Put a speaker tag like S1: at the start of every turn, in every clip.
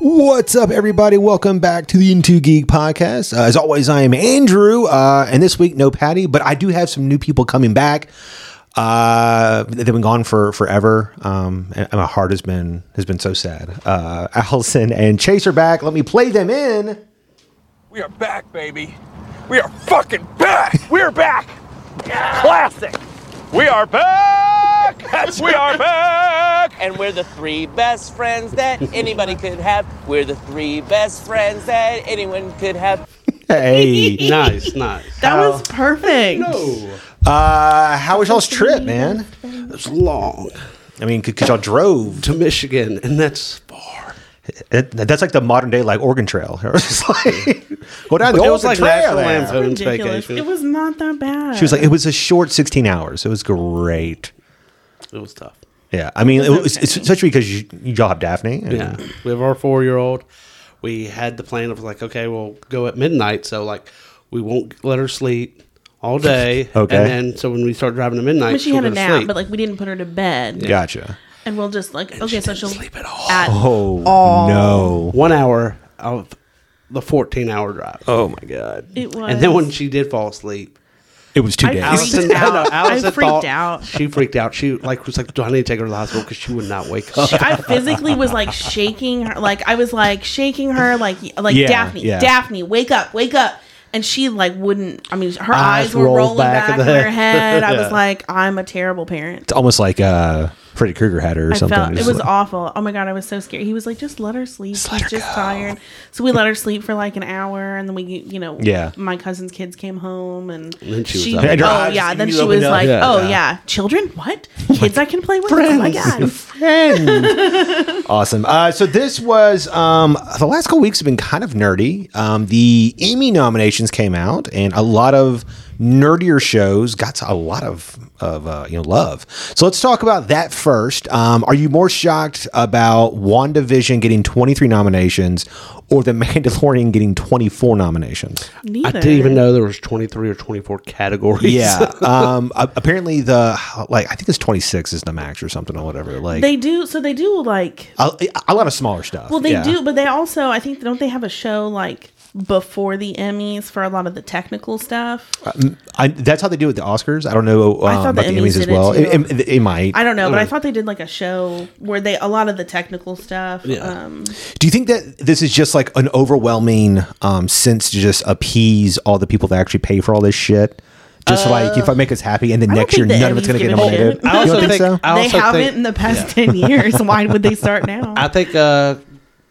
S1: What's up, everybody? Welcome back to the Into Geek podcast. Uh, as always, I am Andrew, uh, and this week no Patty, but I do have some new people coming back. Uh, they've been gone for forever, um, and my heart has been has been so sad. Uh, Allison and Chase are back. Let me play them in.
S2: We are back, baby. We are fucking back. We're back. Classic. We are back. we are back.
S3: and we're the three best friends that anybody could have. We're the three best friends that anyone could have.
S1: Hey,
S4: nice, nice.
S5: That was perfect.
S1: uh, how was y'all's trip, man?
S4: It's long
S1: I mean, because y'all drove.
S4: to Michigan, and that's far.
S1: It, that's like the modern day like Oregon Trail. It's like, go down the
S4: It
S1: Oregon
S4: was like
S1: Trail.
S4: National
S1: there.
S4: Lampoon's
S5: Ridiculous.
S4: vacation.
S5: It was not that bad.
S1: She was like, it was a short 16 hours. It was great.
S4: it was tough.
S1: Yeah. I mean, it was, it's especially because you, y'all have Daphne. and-
S4: Yeah, we have our four-year-old. We had the plan of like, okay, we'll go at midnight, so like, we won't let her sleep all day.
S1: Okay.
S4: and then so when we start driving to midnight,
S5: I mean, she
S4: she'll
S5: had
S4: go
S5: a
S4: to
S5: nap,
S4: sleep.
S5: but like we didn't put her to bed.
S1: Gotcha.
S5: And we'll just like okay, so she'll sleep
S4: at all.
S5: At,
S1: Oh, no.
S4: one hour of the fourteen-hour drive.
S1: Oh, my God.
S5: It was.
S4: And then when she did fall asleep,
S1: It was two
S5: I
S1: days.
S4: Allison,
S5: freaked out.
S4: no, no, Allison
S5: I freaked
S4: thought-
S5: out.
S4: She freaked out. She like was like, "Do I need to take her to the hospital?" Because she would not wake up.
S5: She- I physically was like shaking her, like I was like shaking her, like like
S1: Yeah,
S5: Daphne,
S1: yeah.
S5: Daphne, wake up, wake up, and she like wouldn't. I mean, her eyes,
S4: Eyes
S5: were
S4: rolled
S5: rolling
S4: back in
S5: back, in
S4: the-
S5: her head. I
S4: Yeah.
S5: was like, I'm a terrible parent.
S1: It's almost like uh, Freddy Krueger had her or
S5: I
S1: something.
S5: felt it
S1: It's
S5: was
S1: like-
S5: awful. Oh my god, I was so scared. He was like, just let her sleep. She's just tired. So we let her sleep for like an hour, and then we, you know,
S1: Yeah.
S5: My cousin's kids came home, and,
S4: then she was
S5: she,
S4: up. And
S1: her
S5: oh
S1: eyes
S5: yeah,
S1: just
S5: then she
S1: immediately opened
S5: was
S1: up.
S5: like,
S4: Yeah.
S5: oh yeah, children, what kids I can play with? Oh my god,
S1: Awesome. Uh, so this was um, the last couple weeks have been kind of nerdy. Um, the Emmy nominations came out, and a lot of nerdier shows got a lot of of uh, you know love. So let's talk about that first. Um, are you more shocked about WandaVision getting twenty three nominations, or The Mandalorian getting twenty four nominations?
S5: neither.
S4: I didn't even know there was 23 or 24 categories.
S1: Yeah. um, a- apparently the like I think it's twenty six is the max or something or whatever. Like
S5: They do. So they do like.
S1: a, a lot of smaller stuff.
S5: Well, they
S1: Yeah.
S5: do, but they also, I think, don't they have a show like before the Emmys for a lot of the technical stuff?
S1: I, that's how they do it with the Oscars. I don't know um,
S5: I thought
S1: about the Emmys
S5: the Emmys
S1: as
S5: did it
S1: well.
S5: too.
S1: It, it, it might.
S5: I don't know,
S4: Uh,
S5: but I thought they did like a show where they a lot of the technical stuff.
S4: Yeah.
S5: Um,
S1: do you think that this is just like an overwhelming um, sense to just appease all the people that actually pay for all this shit? Just like if I make us happy, and then
S5: Uh, I don't
S1: next year
S5: think the
S1: none of it's
S5: Emmys
S1: going to get
S5: give a
S1: nominated.
S5: shit. I
S1: you
S4: also
S1: don't think, so?
S4: think- I
S5: they
S4: also
S5: haven't
S4: think-
S5: in the past 10 years. Why would they start now?
S4: I think uh,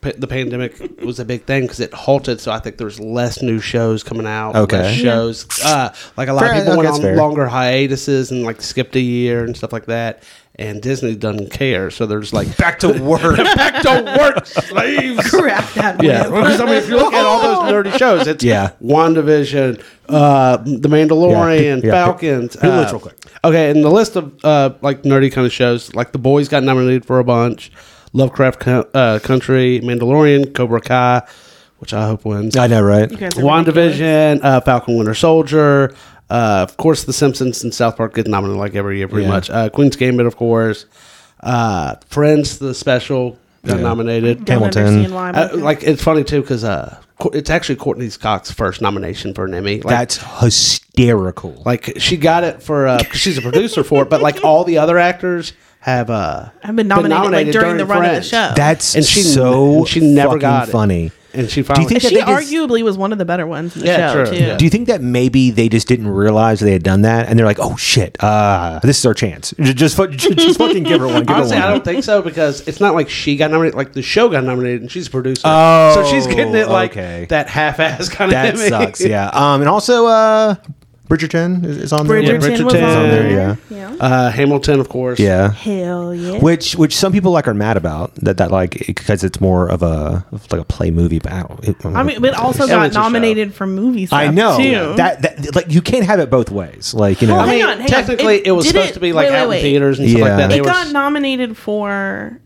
S4: pa- the pandemic was a big thing because it halted. So I think there's less new shows coming out.
S1: Okay.
S4: less
S1: Yeah.
S4: shows. Uh, like a lot
S1: Fair,
S4: of people
S1: okay,
S4: went
S1: that's
S4: on
S1: fair.
S4: longer hiatuses and like skipped a year and stuff like that. And Disney doesn't care. So there's like
S1: Back to work.
S4: back to work, slaves.
S5: Crap that
S4: Yeah,
S5: whip.
S4: because I mean, if you look at all those nerdy shows, it's
S1: Yeah.
S4: WandaVision, uh, The Mandalorian,
S1: Yeah.
S4: Falcons.
S1: Do the
S4: uh,
S1: list real quick.
S4: Okay, and the list of uh, like nerdy kind of shows, like The Boys got nominated for a bunch, Lovecraft Co- uh, Country, Mandalorian, Cobra Kai, which I hope wins.
S1: I know, right?
S5: You guys are ridiculous.
S4: WandaVision, uh, Falcon Winter Soldier, uh, of course, The Simpsons and South Park get nominated like every year, pretty
S1: Yeah.
S4: much. Uh, Queen's Gambit, of course, uh, Friends, the special, got
S1: Yeah.
S4: nominated.
S5: Don't
S1: Hamilton.
S5: understand why,
S4: Uh,
S5: but-
S4: like it's funny too because uh, Co- it's actually Courtney Cox's first nomination for an Emmy. Like,
S1: That's hysterical.
S4: like she got it for uh, 'cause she's a producer for it, but like all the other actors have uh,
S5: I've been nominated, like during, the run of the
S4: Friends.
S5: show.
S1: That's
S4: And she
S1: so
S4: and she never
S1: fucking
S4: got it.
S1: funny.
S4: and she finally.
S1: think
S5: she
S1: that they just-
S5: arguably was one of the better ones in the
S4: Yeah,
S5: show,
S4: true.
S5: too.
S4: Yeah.
S1: Do you think that maybe they just didn't realize they had done that, and they're like, "Oh shit, uh, this is our chance. J- Just, fu- j- just fucking give her one." Give
S4: Honestly,
S1: her one.
S4: I don't think so because it's not like she got nominated. Like the show got nominated, and she's a producer.
S1: Oh,
S4: so she's getting it like
S1: okay.
S4: that half-ass kind
S1: That
S4: of. Emmy.
S1: sucks. Yeah. Um, and also, uh, Bridgerton is, is on there.
S5: Bridgerton,
S4: Yeah,
S5: was on
S4: Bridgerton.
S5: there.
S1: Yeah.
S5: Yeah.
S4: Uh, Hamilton, of course.
S1: Yeah.
S5: Hell yeah.
S1: Which which some people like are mad about that that like because it's more of a of like a play movie battle.
S5: I mean, but
S4: It
S5: also
S4: was
S5: got
S4: a show.
S5: nominated for movies.
S1: I know
S5: Too.
S1: that, that like you can't have it both ways. Like you know,
S5: Well,
S4: I
S5: Hang
S4: mean,
S5: on, hang on.
S4: technically,
S5: It-
S4: it, was
S5: did
S4: supposed
S5: it-
S4: to be
S5: wait,
S4: like
S5: wait,
S4: out
S5: wait.
S4: in theaters and stuff
S1: Yeah.
S4: like that.
S1: It
S4: They
S5: it
S4: were-
S5: got nominated for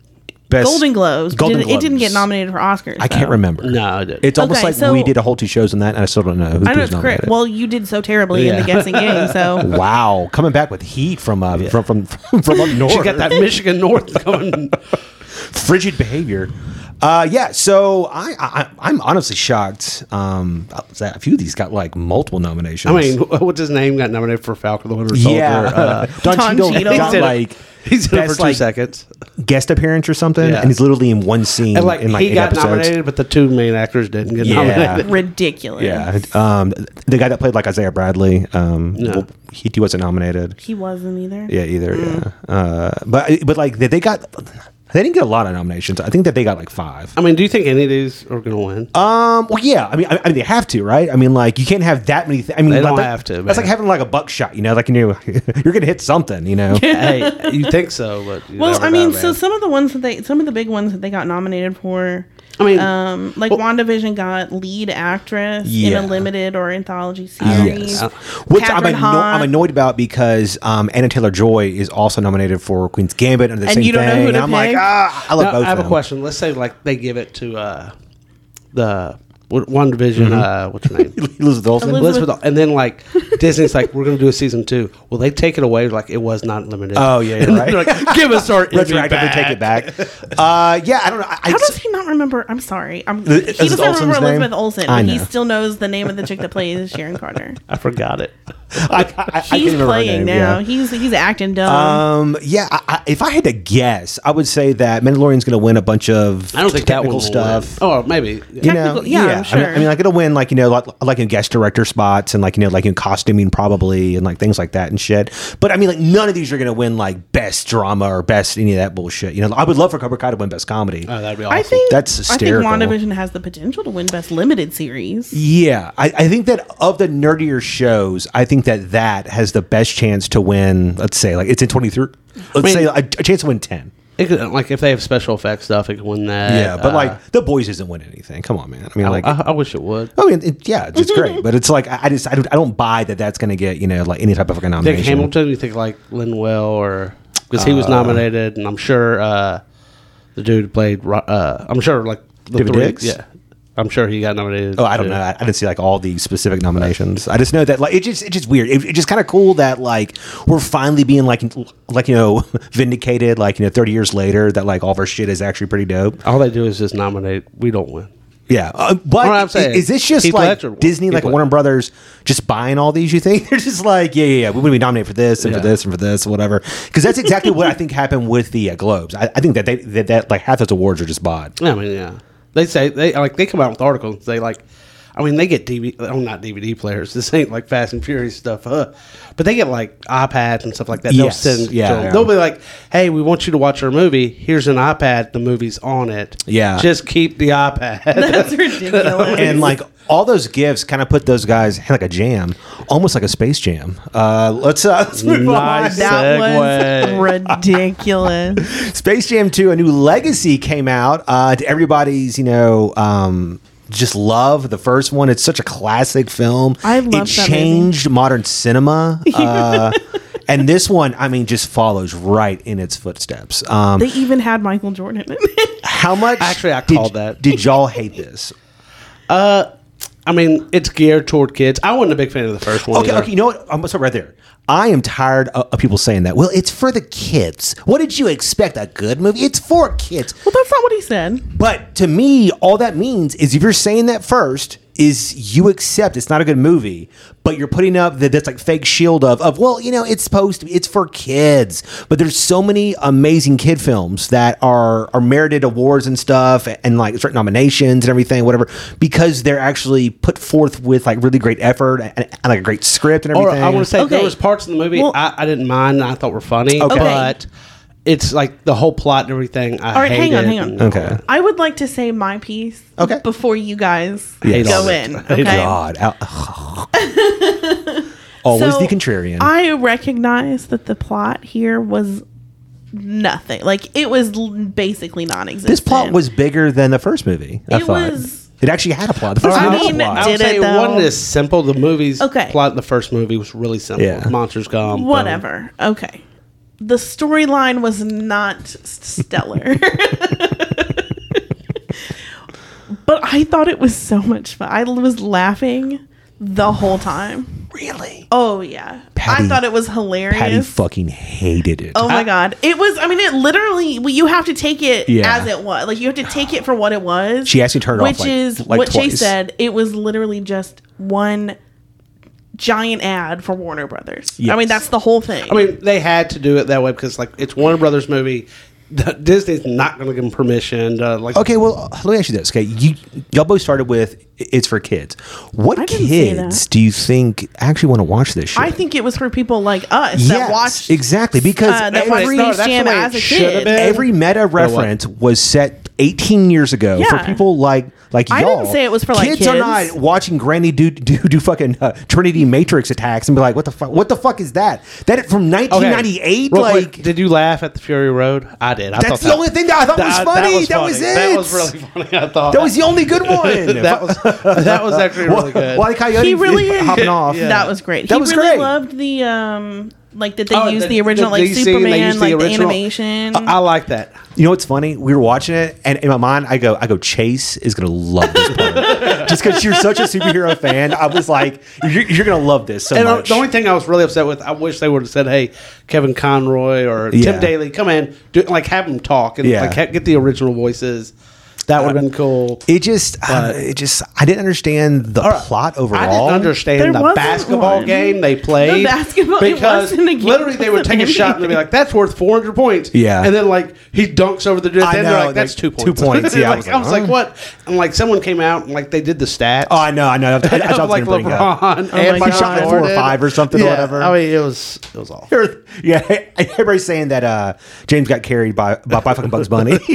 S1: best-
S5: Golden Globes.
S1: Golden
S5: Did it- It didn't
S1: Globes.
S5: get nominated for Oscars.
S1: I can't
S5: though.
S1: remember.
S4: No, it didn't.
S1: It's almost
S5: Okay,
S1: like
S5: so-
S1: we did a whole two shows on that, and I still don't know who
S5: I know
S1: was
S5: it's correct.
S1: nominated.
S5: Well, you did so terribly in
S4: Yeah.
S5: the guessing game, so
S1: wow, coming back with heat from uh, from from from up north.
S4: She got that Michigan North coming.
S1: frigid behavior. Uh, yeah, so I, I I'm honestly shocked um, that a few of these got like multiple nominations.
S4: I mean, wh- what's his name got nominated for Falcon the Winter Soldier?
S1: yeah,
S4: Uh,
S1: uh, Don
S5: Don
S1: Cheadle
S5: Cheadle.
S1: got
S5: He did it.
S1: like
S4: he's in it for
S1: best,
S4: two
S1: like,
S4: seconds.
S1: guest appearance or something,
S4: Yeah.
S1: and he's literally in one scene
S4: And like
S1: in like
S4: he
S1: eight
S4: got
S1: episodes.
S4: nominated, but the two main actors didn't get
S1: Yeah.
S4: nominated.
S5: Ridiculous.
S1: Yeah, um, the guy that played like Isaiah Bradley, um, well, he, he wasn't nominated.
S5: He wasn't either.
S1: Yeah, either. Yeah, uh, but but like they, they got they didn't get a lot of nominations. I think that they got like five.
S4: I mean, do you think any of these are going to win?
S1: Um, well, yeah. I mean, I, I mean, they have to, right? I mean, like you can't have that many. Th- I mean,
S4: They
S1: like,
S4: don't
S1: that-
S4: have to,
S1: That's
S4: man.
S1: like having like a buckshot. You know, like you know, you're gonna hit something. You know.
S4: hey, you think so? But you
S5: Well,
S4: never
S5: I mean,
S4: know,
S5: so
S4: man.
S5: some of the ones that they, some of the big ones that they got nominated for,
S4: I mean,
S5: um, like
S4: Well-
S5: WandaVision got lead actress
S1: Yeah.
S5: in a limited or anthology series.
S1: Yes. Uh, Which I'm,
S5: Catherine
S1: anno- I'm
S5: Hahn.
S1: annoyed about because um, Anna Taylor Joy is also nominated for Queen's Gambit and the
S5: And
S1: same
S5: you don't know
S1: thing.
S5: who to
S1: I'm like,
S5: pick?
S1: ah, I love
S4: Now,
S1: both.
S4: I
S1: of
S4: have a
S1: them.
S4: question. Let's say like they give it to uh, the one division.
S1: Mm-hmm.
S4: Uh, what's her name?
S1: Elizabeth Olsen.
S5: Elizabeth-
S4: Elizabeth. And then like Disney's like, we're going to do a season two. Will they take it away? Like it was not limited.
S1: Oh, yeah, you're
S4: And
S1: right.
S4: they're like, give us our Emmy
S1: retroactively
S4: back.
S1: take it back. Uh, yeah, I don't know. I, I
S5: How does
S1: s-
S5: he not remember? I'm sorry. I'm, he
S1: Is it
S5: doesn't remember
S1: Olsen's name?
S5: Elizabeth Olsen,
S1: I
S5: but he
S1: know.
S5: still knows the name of the chick that plays Sharon Carter.
S4: I forgot it.
S1: I, I, I can't
S5: He's
S1: remember her
S5: playing
S1: name,
S5: now.
S1: Yeah.
S5: He's he's acting dumb.
S1: Um, yeah, I, I, if I had to guess, I would say that Mandalorian's going to win a bunch of
S4: I don't think that
S1: technical
S4: one
S1: stuff.
S4: Will win. Oh, maybe.
S1: You know,
S5: Technical- yeah, I'm
S1: I mean- I mean,
S5: sure.
S1: like it'll win, like you know, like, like in guest director spots and like you know, like in costuming probably and like things like that and shit. But I mean, like none of these are gonna win like best drama or best any of that bullshit. You know, I would love for Cobra Kai to win best comedy.
S4: Oh, that'd be awesome.
S5: I think
S1: That's hysterical.
S5: I think WandaVision has the potential to win best limited series.
S1: Yeah, I, I think that of the nerdier shows, I think that that has the best chance to win. Let's say like it's in twenty three. Let's
S4: mean-
S1: say a, a chance to win ten.
S4: It could, like if they have special effects stuff, it could win that.
S1: Yeah, but
S4: Uh,
S1: like the boys isn't winning anything. Come on, man. I mean, like.
S4: I, I wish it would.
S1: I mean, Oh, it, yeah, it's great, but it's like I, I just I don't, I don't buy that that's going to get you know like any type of fucking
S4: Think
S1: nomination.
S4: Hamilton? You think like Lin Well or because he was
S1: Uh,
S4: nominated, and I'm sure uh, the dude who played. Ro- Uh, I'm sure like the
S1: David
S4: three-
S1: Diggs?
S4: Yeah, I'm sure he got nominated.
S1: Oh, I don't
S4: too.
S1: know. I, I didn't see like all the specific nominations. I just know that like it just it's just weird. It, it's just kind of cool that like we're finally being like like you know vindicated like you know thirty years later that like all of our shit is actually pretty dope.
S4: All they do is just nominate. We don't win.
S1: Yeah, uh, but
S4: What I'm
S1: i-
S4: saying,
S1: is this just
S4: Heath
S1: like
S4: Ledger-
S1: Disney,
S4: Heath
S1: like
S4: Led-
S1: Warner Brothers, just buying all these? You think they're just like, yeah, yeah, yeah, we're going to be nominated for this and for
S4: Yeah.
S1: this and for this, whatever? Because that's exactly what I think happened with the uh, Globes. I, I think that they that, that like half those awards are just bought.
S4: I mean, yeah, they say they like they come out with articles. And say like, I mean, they get DVD. Oh, not DVD players. This ain't like Fast and Furious stuff, huh? But they get like iPads and stuff like that.
S1: Yes,
S4: They'll send.
S1: yeah,
S4: to 'em.
S1: yeah.
S4: They'll be like, "Hey, we want you to watch our movie. Here's an iPad. The movie's on it.
S1: Yeah.
S4: just keep the iPad."
S5: That's ridiculous.
S1: and like all those gifts kind of put those guys in like a jam, almost like a space jam. Uh, let's uh, let's move
S4: Nice.
S1: on.
S5: that was ridiculous.
S1: Space Jam Two: A New Legacy came out uh, to everybody's, you know. Um, just love the first one. It's such a classic film.
S5: I love that
S1: it.
S5: movie.
S1: Changed modern cinema, uh, and this one, I mean, just follows right in its footsteps. Um,
S5: they even had Michael Jordan in it.
S1: how much
S4: Actually, I
S1: did-
S4: called that.
S1: Did y'all hate this?
S4: I mean, it's geared toward kids. I wasn't a big fan of the first one.
S1: Okay,
S4: either.
S1: okay, you know what? I'm gonna stop right there. I am tired of, of people saying that. Well, it's for the kids. What did you expect? A good movie? It's for kids.
S5: Well, that's not what he said.
S1: But to me, all that means is if you're saying that first, is you accept it's not a good movie, but you're putting up that that's like fake shield of of well, you know, it's supposed to be it's for kids. But there's so many amazing kid films that are are merited awards and stuff and, like certain nominations and everything, whatever, because they're actually put forth with like really great effort and, and like a great script and
S4: Or
S1: everything.
S4: I want to say there
S5: Okay.
S4: was parts of the movie
S5: Well-
S4: I, I didn't mind. and I thought were funny,
S1: Okay.
S4: but it's like the whole plot and everything. I
S5: All right, hang on,
S4: hated
S5: hang on.
S4: and-
S1: Okay.
S5: I would like to say my piece
S1: Okay.
S5: before you guys
S1: Yes.
S5: go
S4: Hate
S5: in.
S4: all that.
S5: Okay.
S1: God. Al- Always
S5: So,
S1: the contrarian.
S5: I recognize that the plot here was nothing. Like it was l- basically non-existent.
S1: this plot was bigger than the first movie. I
S5: It
S1: thought.
S5: was-
S1: It actually had a plot. The first
S5: I
S1: movie had a
S5: mean,
S1: plot.
S4: I would
S5: Did it,
S4: say
S5: though?
S4: one is simple. The movie's
S5: Okay.
S4: plot in the first movie was really simple.
S1: Yeah.
S4: Monsters gone. boom.
S5: whatever. Okay. The storyline was not s- stellar. but I thought it was so much fun. I was laughing the whole time.
S1: Really?
S5: Oh yeah,
S1: Patty-
S5: I thought it was hilarious.
S1: Patty fucking hated it.
S5: Oh my god. It was I mean it literally well, you have to take it
S1: Yeah.
S5: as it was. Like you have to take it for what it was.
S1: She actually turned it off,
S5: Which
S1: like-
S5: is
S1: like
S5: what she
S1: twice.
S5: said. It was literally just one giant ad for Warner Brothers. I
S1: Yes.
S5: mean that's the whole thing.
S4: I mean, they had to do it that way because like it's Warner Brothers movie. Disney's not going to give them permission. To, like,
S1: Okay, well, let me ask you this. Okay, you y'all both started with it's for kids. What
S5: didn't say
S1: kids
S5: that.
S1: do you think actually want to watch this shit?
S5: I think it was for people like us
S1: yes,
S5: that watched
S1: exactly because
S5: uh, that
S1: every,
S5: watched
S4: No, that's the
S5: Space Jam
S4: way it
S5: as a
S4: should have
S5: kid.
S4: been.
S1: every meta reference was set 18 years ago for
S5: Yeah.
S1: people like like y'all.
S5: I didn't say it was for, like,
S1: are
S5: kids.
S1: not watching Granny do do, do fucking uh, Trinity Matrix attacks and be like, what the fuck? What the fuck is that? That from 1998?
S4: Real
S1: Like.
S4: quick, did you laugh at the Fury Road? I did. I thought
S1: that's the
S4: that-
S1: only thing that I thought was funny. That was,
S4: funny.
S1: it.
S4: That was really funny. I thought
S1: That was the only good one.
S4: that was that was actually really good.
S1: Why Coyote
S5: He really
S1: hopping off?
S4: Yeah.
S5: That was great.
S1: That
S5: he
S1: was
S5: really
S1: great.
S5: loved the um like that they
S4: Oh,
S5: used the, original
S4: the
S5: like
S4: DC, they used
S5: Superman, like the
S4: original-
S5: animation.
S4: I, I like that.
S1: You know what's funny? We were watching it, and in my mind, I go, I go, Chase is gonna love this part, just because you're such a superhero fan. I was like, you're, you're gonna love this so
S4: And uh,
S1: much.
S4: the only thing I was really upset with, I wish they would have said, "Hey, Kevin Conroy or
S1: Yeah.
S4: Tim Daly, come in, do, like have them talk and
S1: Yeah.
S4: like ha- get the original voices." That would have been cool.
S1: it just, uh, it just, I didn't understand the plot overall.
S4: I didn't
S5: There
S4: understand the
S5: wasn't
S4: basketball
S5: one.
S4: game they played.
S5: The basketball- it
S4: because
S5: wasn't a game,
S4: literally they
S5: it
S4: would
S5: wasn't
S4: take a shot and they'd be
S5: anything.
S4: like, "That's worth 400 points."
S1: Yeah.
S4: and then like he dunks over the dude.
S1: I
S4: And they're
S1: know,
S4: like, "That's
S1: like,
S4: two
S1: two
S4: points."
S1: points. Yeah, I
S4: like,
S1: was
S4: I was
S1: like,
S4: like,
S1: huh?
S4: "What?" And like someone came out and like they did the stats.
S1: Oh, I know, I know. I, I, I,
S4: of,
S1: was
S4: like
S1: like bring it up.
S4: LeBron
S5: Oh
S4: and
S5: my
S4: like
S5: God.
S1: Shot four or five or something or whatever.
S4: I mean, it was it was awful.
S1: Yeah, everybody's saying that uh, James got carried by by, by fucking Bugs Bunny.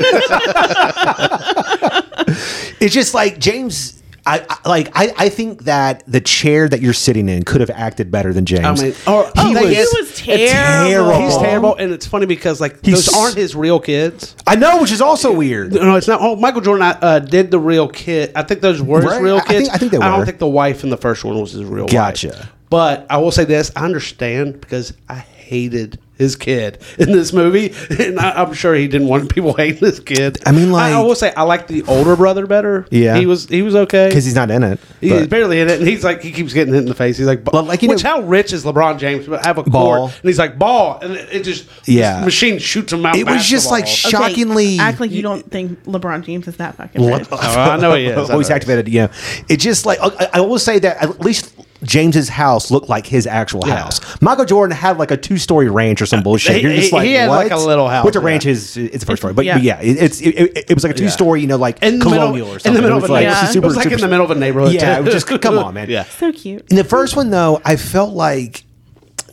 S1: it's just like James. I, I like. I, I think that the chair that you're sitting in could have acted better than James.
S4: I mean, or- oh, they
S5: he
S4: Yes.
S5: was terrible.
S1: terrible.
S4: He's terrible, and it's funny because like
S1: He's-
S4: those aren't his real kids.
S1: I know, which is also weird.
S4: No, it's not. Oh, Michael Jordan uh, did the real kid. I think those were his
S1: Right?
S4: real
S1: I- I think-
S4: kids.
S1: I think they
S4: I
S1: were.
S4: don't think the wife in the first one was his real. wife.
S1: Gotcha.
S4: But I will say this: I understand because I hated his kid in this movie, and I, I'm sure he didn't want people hating his kid.
S1: I mean,
S4: I,
S1: like-
S4: will say I like the older brother better.
S1: Yeah.
S4: he was he was okay
S1: Because he's not in it.
S4: He's
S1: but-
S4: barely in it, and he's like he keeps getting hit in the face. He's like,
S1: Well,
S4: ball.
S1: like,
S4: like
S1: you
S4: which
S1: know-
S4: how rich is LeBron James? But have a
S1: Ball.
S4: court, and he's like ball, and it, it just
S1: Yeah.
S4: this machine shoots him out.
S1: It was just like
S4: basketball.
S1: sh- shockingly-
S5: act like you don't think LeBron James is that fucking rich.
S4: Oh, I know he is. I
S1: Always
S4: know.
S1: activated. Yeah, it's just like I, I will say that at least James's house looked like his actual
S4: Yeah. Uh,
S1: house. Michael Jordan had like a two story ranch or some bullshit.
S4: he-
S1: You're just
S4: he-
S1: like
S4: he had,
S1: what?
S4: like, a little house,
S1: Which a
S4: yeah.
S1: ranch is it's a first story, but yeah,
S5: yeah.
S1: but yeah it, it's it, it, it was like a two story, you know, like
S4: in the
S1: colonial
S4: middle,
S1: or something.
S4: In the middle
S1: it was
S4: of a
S1: like
S5: yeah.
S4: neighborhood.
S1: super
S4: it was like in the middle of a neighborhood.
S1: Yeah, it
S4: too.
S1: was just come on, man.
S4: Yeah.
S5: so cute.
S1: In the first one, though, I felt like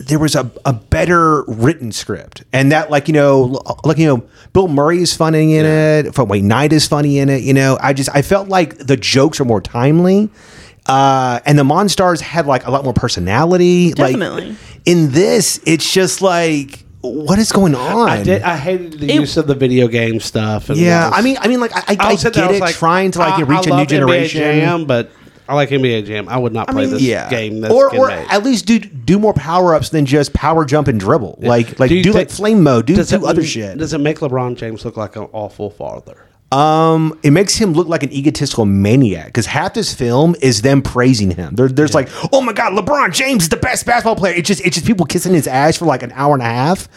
S1: there was a, a better written script, and that like you know, l- like you know, Bill Murray is funny in it. F- Wait, Knight is funny in it. You know, I just I felt like the jokes are more timely, uh, and the Monstars had like a lot more personality.
S5: Definitely.
S1: Like in this, it's just like what is going on?
S4: I did. I hated the
S5: It-
S4: use of the video game stuff. And
S1: yeah,
S4: that was-
S1: I mean, I mean, like I, I, I
S4: was
S1: get
S4: sitting there,
S1: it, trying to like
S4: I-
S1: reach
S4: I
S1: a new
S4: love
S1: generation.
S4: NBA Jam, but I like NBA Jam. I would not play
S5: mean,
S4: this
S1: yeah.
S4: game. That's
S1: or
S4: getting
S1: or
S4: made.
S1: at least do do more power ups than just power jump and dribble. Like like do,
S4: you
S1: like
S4: think-
S1: flame mode. Do,
S4: does
S1: do
S4: it-
S1: other shit.
S4: Does it make LeBron James look like an awful father?
S1: um, it makes him look like an egotistical maniac because half this film is them praising him. There, there's like, oh my god, LeBron James is the best basketball player. It's just it's just people kissing his ass for like an hour and a half,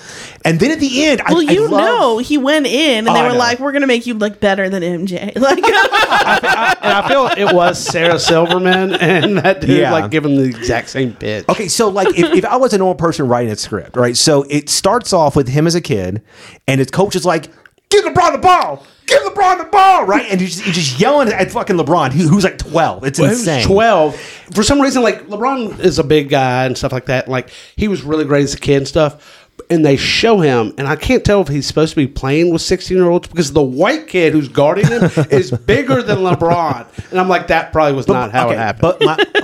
S1: and then at the end, I-
S5: Well,
S1: I,
S5: you
S1: love-
S5: know, he went in and
S1: Oh,
S5: they
S1: I
S5: were
S1: know.
S5: like, "We're gonna make you look better than MJ." Like,
S4: I, and I feel it was Sarah Silverman and that dude
S1: Yeah.
S4: like giving the exact same pitch.
S1: Okay, so like if, if I was a normal person writing a script, right? So it starts off with him as a kid, and his coach is like, "Give LeBron the ball, give LeBron the ball," right? And he's just, he's just yelling at fucking LeBron, who, who's like twelve. It's
S4: Well, he was
S1: insane.
S4: 12. For some reason, like LeBron is a big guy and stuff like that. Like he was really great as a kid and stuff. And they show him, and I can't tell if he's supposed to be playing with 16 year olds because the white kid who's guarding him is bigger than LeBron. And I'm like, that probably was not how it
S1: Okay,
S4: happened.
S1: But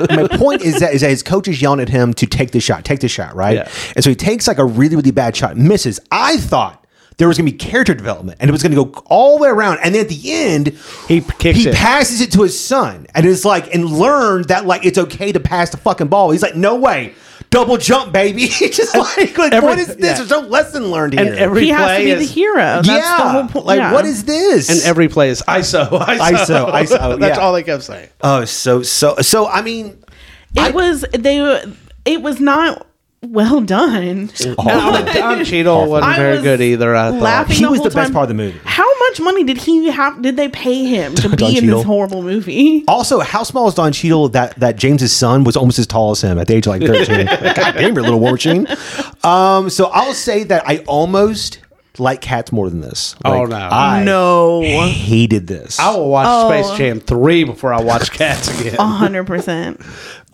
S1: my, my point is that is that his coach is yelling at him to take this shot, take this shot, right?
S4: Yeah.
S1: And so he takes like a really really bad shot, misses. I thought there was going to be character development, and it was going to go all the way around. And then at the end,
S4: He p- kicks
S1: he
S4: it.
S1: passes it to his son, and it's like and learned that like it's okay to pass the fucking ball. He's like, no way. Double jump, baby! It's just like, like,
S4: every-
S1: what is this?
S4: yeah.
S1: There's no lesson learned here.
S4: and every
S5: he
S4: play
S5: has to be
S4: is,
S5: the hero. That's
S1: yeah,
S5: the whole point.
S1: like what is this?
S4: And every play is ISO, ISO,
S1: ISO, ISO,
S4: That's
S1: yeah.
S4: all they kept saying.
S1: oh, so so so. I mean,
S5: it was they it was not well done.
S1: Oh,
S4: Tom, Tom Cheadle wasn't
S5: I
S4: very
S5: was
S4: good either. I thought.
S5: laughing
S1: He
S5: the
S1: was
S5: whole
S1: the best
S5: time.
S1: part of the movie.
S5: How much money did he have? Did they pay him to
S1: Don
S5: be in
S1: Cheadle.
S5: this horrible movie?
S1: Also, how small is Don Cheadle that that James's son was almost as tall as him at the age of like thirteen? like, God damn, your little war machine. Um, so I'll say that I almost like cats more than this.
S4: Oh,
S1: Like,
S4: no.
S1: I
S5: No,
S1: hated this.
S4: I will watch
S5: Oh.
S4: Space Jam three before I watch Cats again.
S5: hundred percent.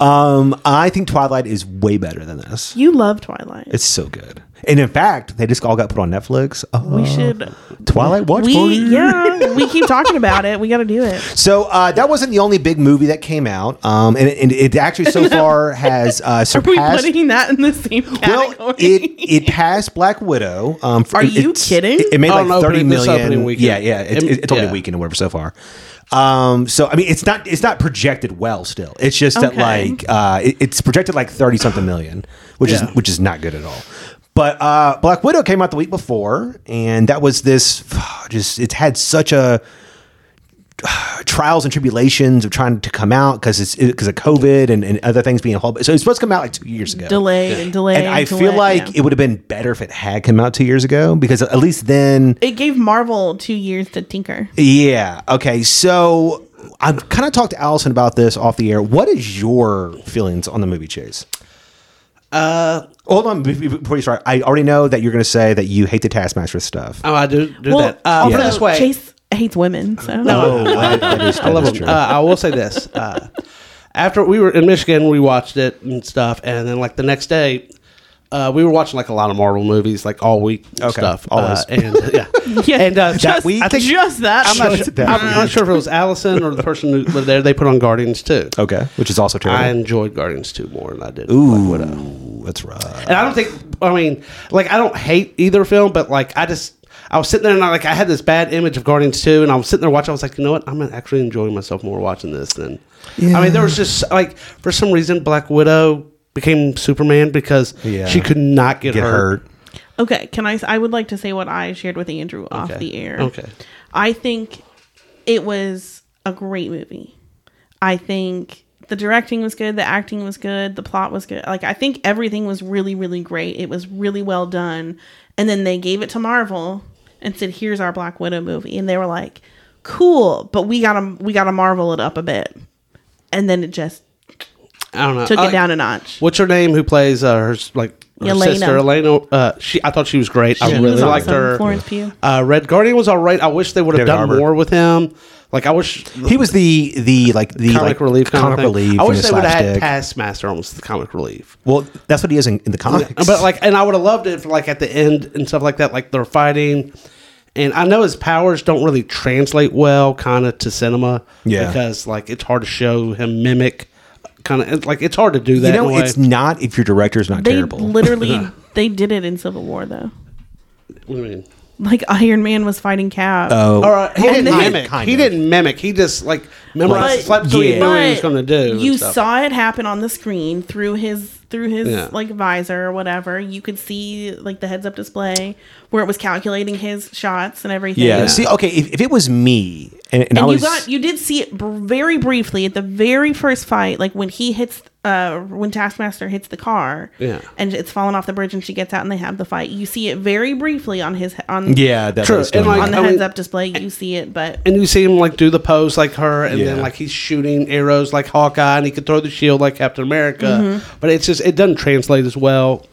S1: Um, I think Twilight is way better than this.
S5: You love Twilight.
S1: It's so good. And in fact, they just all got put on Netflix. Oh,
S5: we should.
S1: Twilight Watch
S5: We
S1: Party.
S5: yeah. We keep talking about it. We got to do it.
S1: So uh, that wasn't the only big movie that came out, um, and, it- and it actually so far has uh,
S5: Are we
S1: surpassed.
S5: putting that in the same category?
S1: well, it it passed Black Widow. Um, for-
S5: Are you
S1: it's-
S5: kidding?
S1: It, it made
S4: On
S1: like thirty
S4: opening- this
S1: million.
S4: opening weekend.
S1: Yeah, yeah. It's,
S4: It-
S1: it's only
S4: yeah.
S1: a weekend or whatever so far. Um, so I mean, it's not it's not projected well. Still, it's just that
S5: Okay.
S1: like uh, it- it's projected like thirty something million, which
S4: Yeah.
S1: is which is not good at all. But uh, Black Widow came out the week before, and that was this just it had such a trials and tribulations of trying to come out because it's because of COVID and, and other things being held. So it's supposed to come out like two years ago
S5: Delayed and delayed.
S1: and I
S5: delayed,
S1: feel like
S5: yeah.
S1: it would have been better if it had come out two years ago because at least then,
S5: it gave Marvel two years to tinker.
S1: yeah. Okay, so I've kind of talked to Allison about this off the air. What is your feelings on the movie Chase? Uh, hold on be- be- before you start. I already know that you're going to say that you hate the Taskmaster stuff.
S4: Oh, I do do that. Uh,
S5: also,
S4: Put it this way,
S5: Chase hates women. So
S1: Oh, that- that is-
S4: I
S1: that
S4: love
S1: is
S4: them.
S1: true.
S4: Uh, I will say this: uh, after we were in Michigan, we watched it and stuff, and then like the next day, uh, we were watching like a lot of Marvel movies, like all week and
S1: Okay,
S4: stuff.
S1: always.
S4: uh, and yeah,
S5: Yeah,
S4: and uh,
S5: just,
S1: week?
S5: I think just that.
S4: I'm not,
S1: Just
S4: sure,
S1: that
S4: I'm not sure if it was Allison or the person who lived there. They put on Guardians too.
S1: okay, which is also terrible.
S4: I enjoyed Guardians two more than I uh, did.
S1: Ooh,
S4: Black Widow.
S1: that's rough.
S4: And I don't think I mean like I don't hate either film, but like I just I was sitting there and I like I had this bad image of Guardians 2 and I was sitting there watching I was like, you know what? I'm actually enjoying myself more watching this than I mean there was just like for some reason Black Widow became Superman because
S1: Yeah.
S4: she could not get,
S1: Get
S4: hurt.
S1: hurt.
S5: Okay, can I? s- I would like to say what I shared with Andrew off
S4: Okay.
S5: the air.
S4: Okay.
S5: I think it was a great movie. I think the directing was good, the acting was good, the plot was good. Like I think everything was really, really great. It was really well done. And then they gave it to Marvel and said, "Here's our Black Widow movie," and they were like, "Cool, but we gotta we gotta Marvel it up a bit." And then it just
S4: I don't know.
S5: took
S1: Uh,
S4: I-
S5: it down a notch.
S4: What's her name who plays uh, her s- like her
S5: Yelena.
S4: sister Elena? Uh, she I thought she was great. I
S5: She
S4: really
S5: was
S4: liked
S5: awesome.
S4: her.
S5: Florence Pugh.
S4: Uh, Red Guardian was all right. I wish they would have
S1: David
S4: done
S1: Harbour.
S4: more with him. Like I wish
S1: He was the the like the
S4: comic
S1: like,
S4: relief kind
S1: comic
S4: of thing.
S1: relief.
S4: I
S1: and
S4: wish
S1: the
S4: they would have had
S1: slapstick.
S4: Taskmaster almost the comic relief.
S1: Well, that's what he is in, in the comics.
S4: But like, and I would have loved it for like at the end and stuff like that. Like they're fighting, and I know his powers don't really translate well, kind of to cinema.
S1: Yeah.
S4: because like it's hard to show him mimic, kind of like it's hard to do that.
S1: you
S4: in a
S1: know,
S4: way.
S1: it's not if your director's not
S5: They
S1: terrible.
S5: literally they did it in Civil War though.
S4: I mean,
S5: Like Iron Man was fighting Cap.
S1: Oh,
S4: all right, he
S1: Well,
S4: didn't
S1: kind of,
S4: mimic.
S1: kind
S4: he
S1: of.
S4: didn't mimic. He just like memorized
S5: But-
S4: like, so he
S1: yeah.
S4: knew what he was going to do. and
S5: You
S4: stuff.
S5: saw it happen on the screen through his through his
S4: Yeah.
S5: like visor or whatever. You could see like the heads up display where it was calculating his shots and everything.
S1: Yeah. See, okay, if, if it was me and, and, I
S5: And you
S1: was
S5: got you did see it br- very briefly at the very first fight, like when he hits uh when Taskmaster hits the car,
S4: Yeah.
S5: and it's falling off the bridge, and she gets out, and they have the fight. You see it very briefly on his on
S1: yeah, that
S4: True,
S1: was
S4: and,
S1: doing
S4: like,
S5: on the
S4: I mean-
S5: heads up display. You see it, but
S4: and you see him like do the pose like her, and then
S1: Yeah.
S4: like he's shooting arrows like Hawkeye, and he could throw the shield like Captain America. But it's just it doesn't translate as well.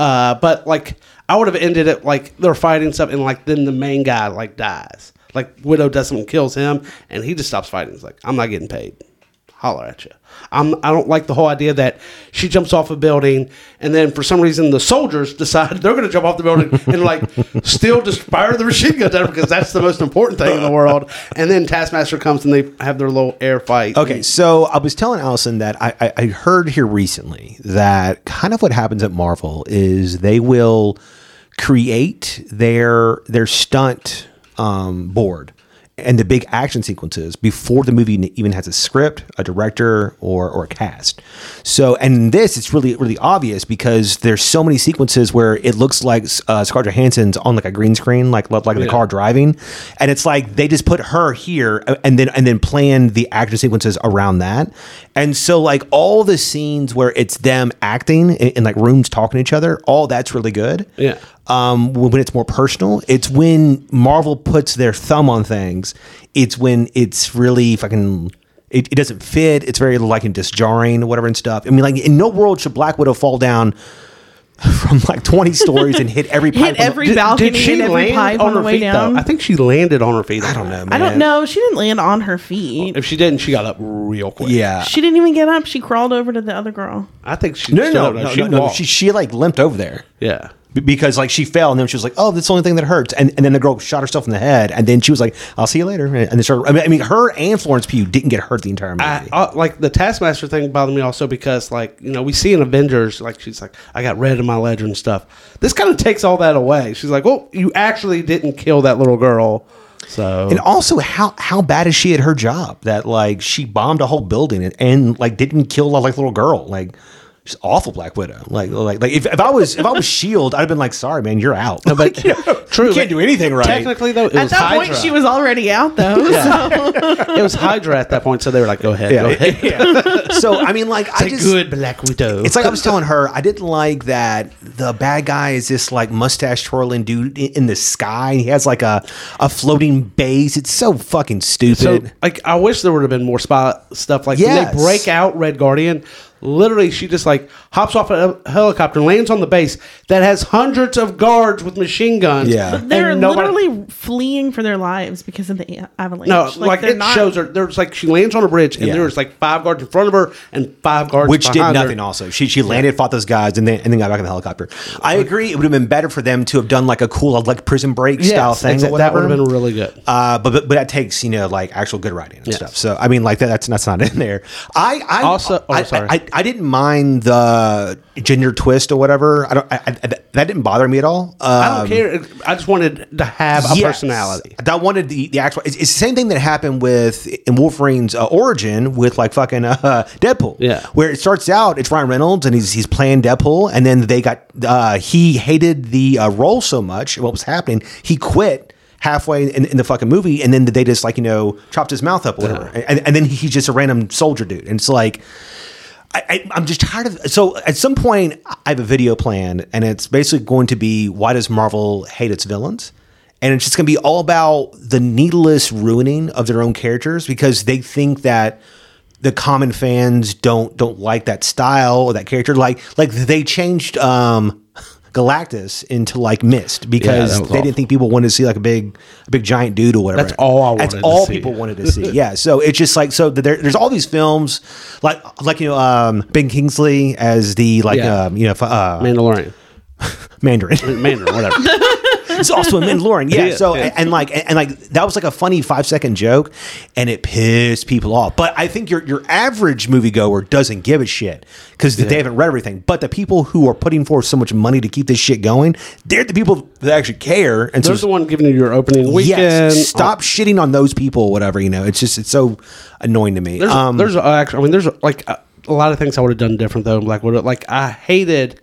S4: Uh, but like I would have ended it like they're fighting something, and like then the main guy like dies, like Widow does something, kills him, and he just stops fighting. He's like, I'm not getting paid. Holler at you. I'm, I don't like the whole idea that she jumps off a building and then for some reason the soldiers decide they're going to jump off the building and like still just fire the machine gun at her because that's the most important thing in the world. And then Taskmaster comes and they have their little air fight.
S1: Okay, so I was telling Allison that I, I, I heard here recently that kind of what happens at Marvel is they will create their their stunt um, board, and the big action sequences before the movie even has a script, a director, or or a cast. So, and in this it's really really obvious because there's so many sequences where it looks like uh, Scarlett Johansson's on like a green screen, like like in the car driving, and it's like they just put her here uh, and then and then plan the action sequences around that. And so, like all the scenes where it's them acting in, in like rooms talking to each other, all that's really good
S4: Yeah.
S1: um, when when it's more personal. It's when Marvel puts their thumb on things. It's when it's really fucking. It, it doesn't fit. It's very like and just jarring, whatever and stuff. I mean, like in no world should Black Widow fall down from like twenty stories and hit every pipe.
S5: Hit every balcony and every pipe on, the way
S4: feet
S5: down.
S4: though? I think she landed on her feet.
S1: I don't know. Man.
S5: I don't know. She didn't land on her feet.
S4: If she didn't, she got up real quick.
S1: Yeah.
S5: She didn't even get up. She crawled over to the other girl.
S4: I think she.
S1: No,
S4: stood
S1: no,
S4: up.
S1: no, no,
S4: she
S1: no, no.
S4: walked.
S1: She she like limped over there.
S4: yeah.
S1: B- because like she fell and then she was like, "Oh, that's the only thing that hurts," and, and then the girl shot herself in the head, and then she was like, "I'll see you later," and then started. I mean, I mean, her and Florence Pugh didn't get hurt the entire movie.
S4: I, uh, I, like the Taskmaster thing bothered me also because like you know we see in Avengers like she's like I got red in my ledger and stuff. This kind of takes all that away. She's like, oh, you actually didn't kill that little girl. So
S1: and also, how how bad is she at her job that like she bombed a whole building and, and like didn't kill a like little girl like. She's awful, Black Widow. Like, like, like if, if I was if I was Shield, I'd have been like, "Sorry, man, you're out." Like, you know,
S4: true,
S1: you can't do anything right.
S4: Technically though, it
S5: At
S4: was
S5: that
S4: Hydra.
S5: point, she was already out though.
S4: it was Hydra at that point, so they were like, go ahead, go ahead.
S1: so I mean, like, I
S4: Say
S1: just
S4: good Black Widow.
S1: It's like I was telling her, I didn't like that the bad guy is this like mustache twirling dude i- in the sky. He has like a, a floating base. It's so fucking
S4: So,
S1: stupid.
S4: like, I wish there would have been more spot stuff. Like,
S1: Yes.
S4: when they break out Red Guardian, literally, she just like hops off a helicopter, lands on the base that has hundreds of guards with machine guns.
S1: Yeah. But
S5: They're
S4: and nobody-
S5: literally fleeing for their lives because of the a- avalanche.
S4: No, like,
S5: they're
S4: it shows her. There's like she lands on a bridge, and
S1: Yeah.
S4: there's like five guards in front of her and five guards
S1: which did
S4: behind her.
S1: nothing also she she landed fought those guys and then and then got back in the helicopter i agree it would have been better for them to have done like a cool like prison break
S4: Yes,
S1: style thing
S4: exa-
S1: or
S4: that
S1: whatever
S4: would have been really good.
S1: uh, but, but but that takes you know like actual good writing and
S4: Yes.
S1: stuff. So I mean like that that's that's not in there. I I
S4: Also- oh,
S1: I,
S4: sorry.
S1: I, I, didn't mind the gender twist or whatever. I don't I, I, that didn't bother me at all. Uh,
S4: I don't care. I just wanted to have a
S1: um, Yes.
S4: personality.
S1: I wanted the, the actual. It's, it's the same thing that happened with in Wolverine's uh, origin with like fucking uh, Deadpool.
S4: Yeah.
S1: where it starts out, it's Ryan Reynolds and he's he's playing Deadpool, and then they got uh, he hated the uh, role so much, what was happening, he quit. Halfway in, in the fucking movie, and then they just like you know chopped his mouth up, or whatever, and, and then he's just a random soldier dude, and it's like I, I, I'm just tired of. So at some point, I have a video planned, and it's basically going to be why does Marvel hate its villains? And it's just going to be all about the needless ruining of their own characters because they think that the common fans don't don't like that style or that character. Like like they changed um, Galactus into like Mist because
S4: that
S1: they
S4: was awful.
S1: didn't think people wanted to see like a big a big giant dude or whatever.
S4: That's all I
S1: That's
S4: wanted to
S1: all
S4: see.
S1: people wanted to see. Yeah. So it's just like so there, there's all these films like like you know um, Ben Kingsley as the like
S4: Yeah.
S1: um, you know fu- uh,
S4: Mandalorian,
S1: Mandarin.
S4: Mandarin, whatever.
S1: it's also in Mandalorian. Yeah.
S4: Yeah,
S1: so
S4: yeah.
S1: And, and like and, and like that was like a funny five second joke, and it pissed people off. But I think your your average moviegoer doesn't give a shit because they haven't read everything. But the people who are putting forth so much money to keep this shit going, they're the people that actually care. And
S4: There's
S1: so
S4: the one giving you your opening weekend.
S1: Yes, stop shitting on those people. Whatever you know, it's just it's so annoying to me.
S4: There's,
S1: um,
S4: there's actually, I mean, there's like a, a lot of things I would have done different though. in Black Widow, like I hated,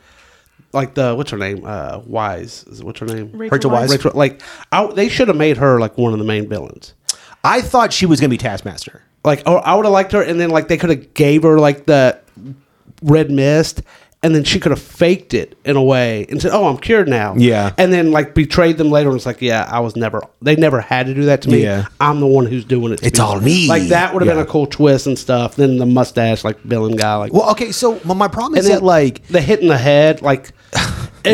S4: like the what's her name, uh, Wise, is it, what's her name,
S1: Rachel Weisz.
S4: Rachel- like I, they should have made her like one of the main villains.
S1: I thought she was gonna be Taskmaster.
S4: Like oh, I would have liked her, and then like they could have gave her like the red mist. And then she could have faked it in a way and said, "Oh, I'm cured now."
S1: Yeah.
S4: And then like betrayed them later and was like, "Yeah, I was never. They never had to do that to me.
S1: Yeah.
S4: I'm the one who's doing it. to
S1: It's
S4: me."
S1: all me.
S4: Like that would have
S1: Yeah.
S4: been a cool twist and stuff. Then the mustache, like villain guy, like
S1: Well, okay, so my, my problem is
S4: and
S1: that
S4: then
S1: like
S4: the hit in the head, like it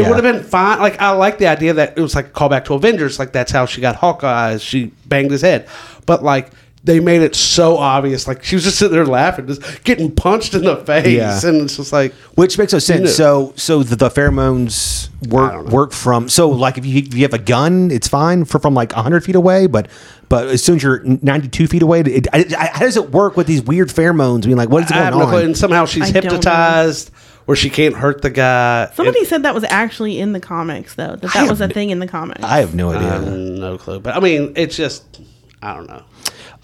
S1: Yeah.
S4: would have been fine. Like I like the idea that it was like a callback to Avengers, like that's how she got Hawkeye. is She banged his head, but like they made it so obvious. Like she was just sitting there laughing, just getting punched in the face,
S1: Yeah.
S4: and it's just like
S1: Which makes no sense.
S4: No.
S1: So, so the, the pheromones work work from. So, like if you if you have a gun, it's fine for from like hundred feet away. But but as soon as you're ninety two feet away, it, I, I, how does it work with these weird pheromones? I mean, like what is
S4: I
S1: going
S4: have no clue.
S1: on?
S4: And somehow she's
S5: I don't know.
S4: hypnotized, where she can't hurt the guy.
S5: Somebody said that was actually in the comics though. That that was a thing in the comics.
S1: I have no idea.
S4: It- no clue, but I mean, it's just. I don't know.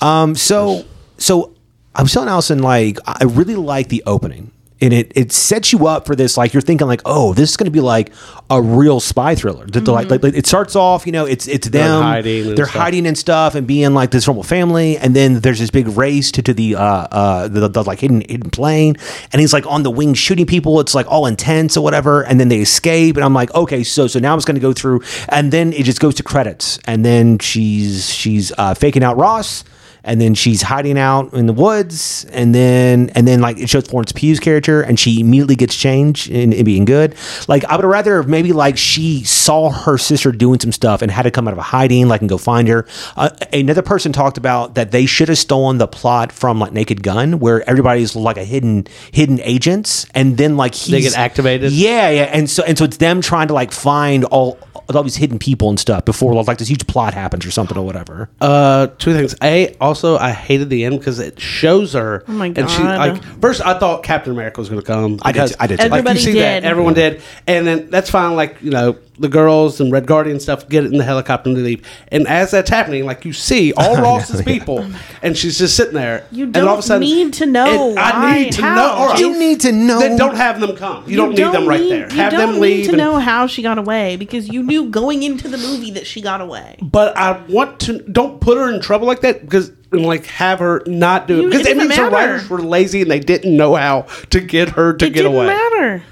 S1: Um, so so I was telling Allison like I really like the opening. And it, it sets you up for this like you're thinking like oh this is going to be like a real spy thriller That the- like, like, like, it starts off you know it's it's them
S4: hiding and
S1: they're
S4: stuff.
S1: hiding and stuff and being like this normal family and then there's this big race to, to the uh uh the, the, like hidden hidden plane and he's like on the wing shooting people it's like all intense or whatever and then they escape and I'm like okay so so now it's going to go through and then it just goes to credits and then she's she's uh, faking out Ross and then she's hiding out in the woods and then and then like it shows Florence Pugh's character and she immediately gets changed in, in being good like I would rather have maybe like she saw her sister doing some stuff and had to come out of hiding like and go find her uh, another person talked about that they should have stolen the plot from like Naked Gun where everybody's like a hidden hidden agents and then like he's,
S4: get activated?
S1: yeah yeah and so and so it's them trying to like find all all these hidden people and stuff before like this huge plot happens or something or whatever
S4: Uh, two things. A also, I hated the end because it shows her.
S5: Oh my
S4: And she
S5: God.
S4: like first, I thought Captain America was going to come.
S1: I did
S4: because,
S1: too- I did too.
S4: Like,
S5: Everybody
S4: you see that
S5: did.
S4: everyone did, and then that's fine. Like you know, the girls and Red Guardian stuff get in the helicopter and they leave. And as that's happening, like you see all Ross's people, and she's just sitting there.
S5: You
S4: and all of a
S5: don't
S4: sudden,
S5: need to know
S4: and I
S5: why,
S4: need to
S5: how.
S4: know. All right.
S1: You need to know.
S4: Then don't have them come. You, don't, need them right
S5: need-
S4: there.
S5: You
S4: Have
S5: don't
S4: them leave.
S5: need to
S4: and-
S5: know how she got away because you knew going into the movie that she got away.
S4: But I want to don't put her in trouble like that because and like have her not do it
S5: You-
S4: because
S5: it
S4: it,
S5: doesn't
S4: means her
S5: matter.
S4: writers were lazy and they didn't know how to get her to
S5: it
S4: get
S5: didn't
S4: away.
S5: matter.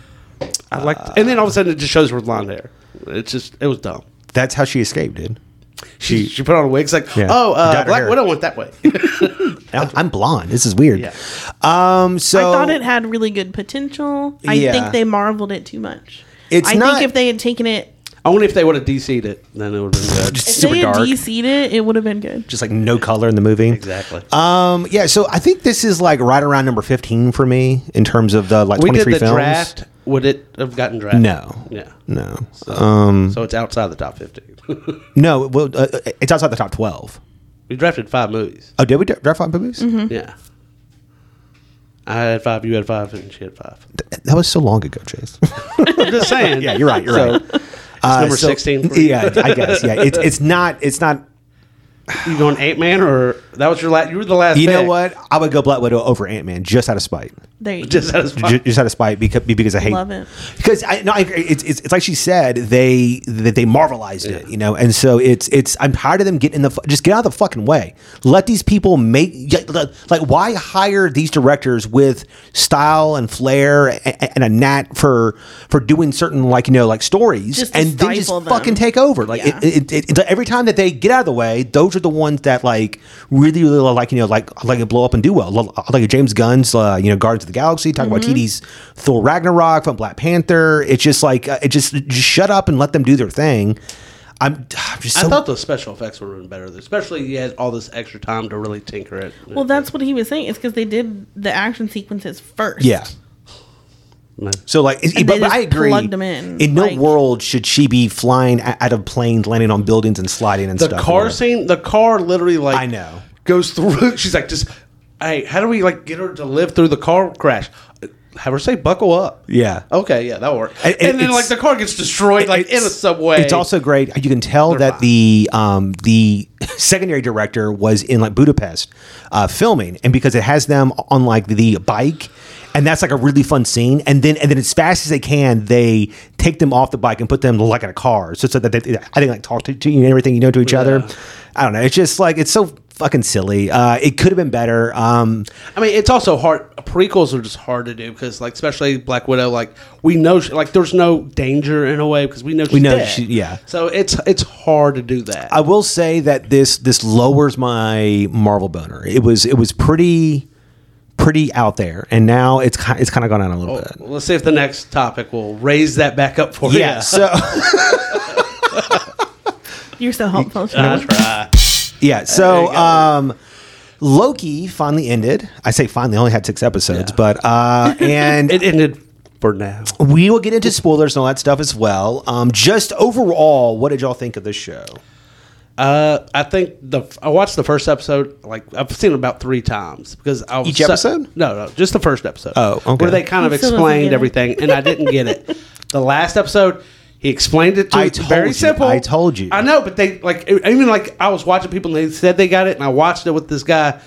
S4: I like, and then all of a sudden it just shows her with blonde hair. It's just it was dumb.
S1: That's how she escaped, dude.
S4: She she put on a wig. It's like
S1: Yeah.
S4: oh
S1: Dyed
S4: uh,
S1: her
S4: Black
S1: hair.
S4: Widow went that way.
S1: I'm I'm blonde. This is weird.
S4: Yeah.
S1: Um. So
S5: I thought it had really good potential. I
S1: Yeah.
S5: think they marveled it too much.
S1: It's
S5: I
S1: not-
S5: think if they had taken it,
S4: Only if they would have DC'd it, then it would have been good.
S1: Just
S5: if
S1: super
S5: they had
S1: dark.
S5: DC'd it, it would have been good.
S1: just like no color in the movie.
S4: exactly.
S1: Um. Yeah. So I think this is like right around number fifteen for me in terms of the like
S4: we
S1: twenty
S4: did
S1: three
S4: the
S1: films.
S4: draft. Would it have gotten drafted?
S1: No. Mm-hmm.
S4: Yeah.
S1: No. Um,
S4: so it's outside the top fifty.
S1: No. Well, uh, it's outside the top twelve.
S4: we drafted five movies.
S1: Oh, did we dra- draft five movies?
S5: Mm-hmm.
S4: Yeah. I had five. You had five, and she had five.
S1: Th- That was so long ago, Chase.
S4: I'm just saying.
S1: yeah, you're right. You're
S4: So,
S1: right. Uh,
S4: number
S1: so-
S4: 16 for you?
S1: Yeah, I guess. Yeah, it's it's not it's not.
S4: You going Ant Man or that was your last? You were the last.
S1: You know
S4: pick.
S1: what? I would go Black Widow over Ant Man just out of spite.
S5: There you
S4: Just
S5: go.
S4: out of
S1: Ju-
S4: spite.
S1: just out of spite because because I hate
S5: Love it.
S1: because I no I, it's, it's it's like she said they that they marvelized it you know and so it's it's I'm tired of them getting in the fu- just get out of the fucking way let these people make y- like like, why hire these directors with style and flair a- a- and a knack for for doing certain like you know like stories
S5: Just to
S1: and then just
S5: stifle them.
S1: fucking take over like
S5: Yeah.
S1: it, it, it, it- every time that they get out of the way those are the ones that like really really like you know like like blow up and do well like James Gunn's uh, you know Guardians of the Galaxy talking
S5: Mm-hmm.
S1: about TD's Thor Ragnarok from Black Panther it's just like uh, it just just shut up and let them do their thing I'm, I'm just so
S4: I thought the special effects would have been better, especially you had all this extra time to really tinker it.
S5: Well, that's what he was saying. It's because they did the action sequences first.
S1: yeah
S4: No.
S1: so like it-
S5: And
S1: but,
S5: they
S1: but I
S5: just
S1: agree
S5: plugged 'em in,
S1: no
S5: like-
S1: world should she be flying a- out of planes landing on buildings and sliding and
S4: the
S1: stuff
S4: car scene. The car literally like
S1: I know.
S4: goes through. She's like just. Hey, how do we like get her to live through the car crash? Have her say buckle up.
S5: Oh,
S1: yeah
S4: Okay, yeah, that'll work.
S1: And-
S4: And,
S1: and
S4: then
S1: it's-
S4: like the car gets destroyed like in a
S1: It's-
S4: subway.
S1: It's also great. You can tell that the um, the secondary director was in like Budapest uh, filming, and because it has them on like the bike. And that's like a really fun scene. And then, and then as fast as they can, they take them off the bike and put them like in a car, so, so that they, I think like talk to, to you and everything you know to each other. I don't know. It's just like it's so fucking silly. Uh, it could have been better. Um,
S4: I mean, it's also hard. Prequels are just hard to do because, like, especially Black Widow, like we know, she, like there's no danger in a way because we know she's we
S1: know she- yeah.
S4: So it's it's hard to do that.
S1: I will say that this this lowers my Marvel boner. It was it was pretty pretty out there, and now it's ki- it's kind of gone down a little bit.
S4: Let's see if the next topic will raise that back up for you.
S1: Yeah. So
S5: You're so helpful.
S4: I try.
S1: yeah. So
S4: go.
S1: um, Loki finally ended. I say finally, only had six episodes, but uh, and
S4: It ended for now.
S1: we will get into spoilers and all that stuff as well. Um, just overall, what did y'all think of this show?
S4: Uh, I think the I watched the first episode. Like I've seen it about three times because I was
S1: Each episode?
S4: No, no, just the first episode.
S1: Oh, okay.
S4: Where they kind of
S5: He still doesn't
S4: explained
S5: get it.
S4: everything, and I didn't get it. The last episode, He explained it to
S1: I
S4: us
S1: told
S4: very
S1: you.
S4: simple.
S1: I told you.
S4: I know, but they like it- even like I was watching people and they said they got it, and I watched it with this guy,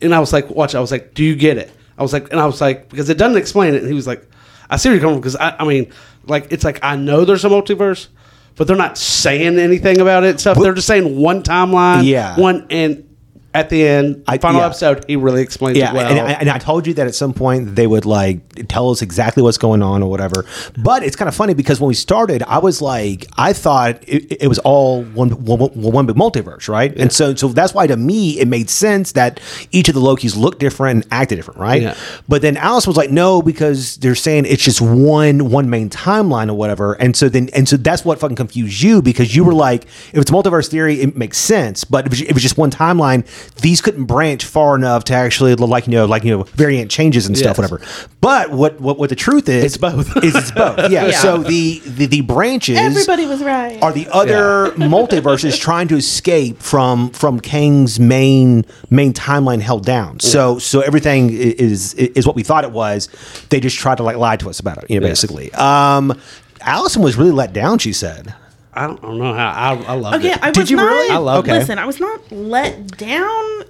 S4: and I was like, watch. I was like, do you get it? I was like, and I was like, because it doesn't explain it. And he was like, I see where you're coming from because I, I mean, like it's like I know there's a multiverse, but they're not saying anything about it. and Stuff they're just saying one timeline.
S1: Yeah.
S4: One and. At the end,
S1: I-
S4: final
S1: yeah.
S4: episode, he really explained
S1: Yeah,
S4: it well.
S1: and, and, I, and I told you that at some point they would like tell us exactly what's going on or whatever. But it's kind of funny because when we started, I was like, I thought it, it was all one, one, one big multiverse, right? And so, so that's why to me it made sense that each of the Lokis looked different and acted different, right?
S4: Yeah.
S1: But then Alice was like, no, because they're saying it's just one one main timeline or whatever. And so then, and so that's what fucking confused you because you were like, if it's multiverse theory, it makes sense. But if it's- if it's just one timeline, these couldn't branch far enough to actually look like you know, like you know, variant changes and stuff,
S4: Yes.
S1: whatever. But what what what the truth is,
S4: It's both.
S1: is it's both. Yeah.
S5: Yeah.
S1: So the the, the branches
S5: Everybody was right.
S1: are the other multiverses trying to escape from from Kang's main main timeline held down. So so everything i- is is what we thought it was. They just tried to like lie to us about it, you know,
S4: Yeah.
S1: basically. Um, Allison was really let down. She said,
S4: I don't, I don't know how I, I love
S5: Okay,
S4: it.
S5: Oh, I
S1: Did
S5: was
S1: you
S5: not.
S1: really? I love- okay.
S5: Listen, I was not let down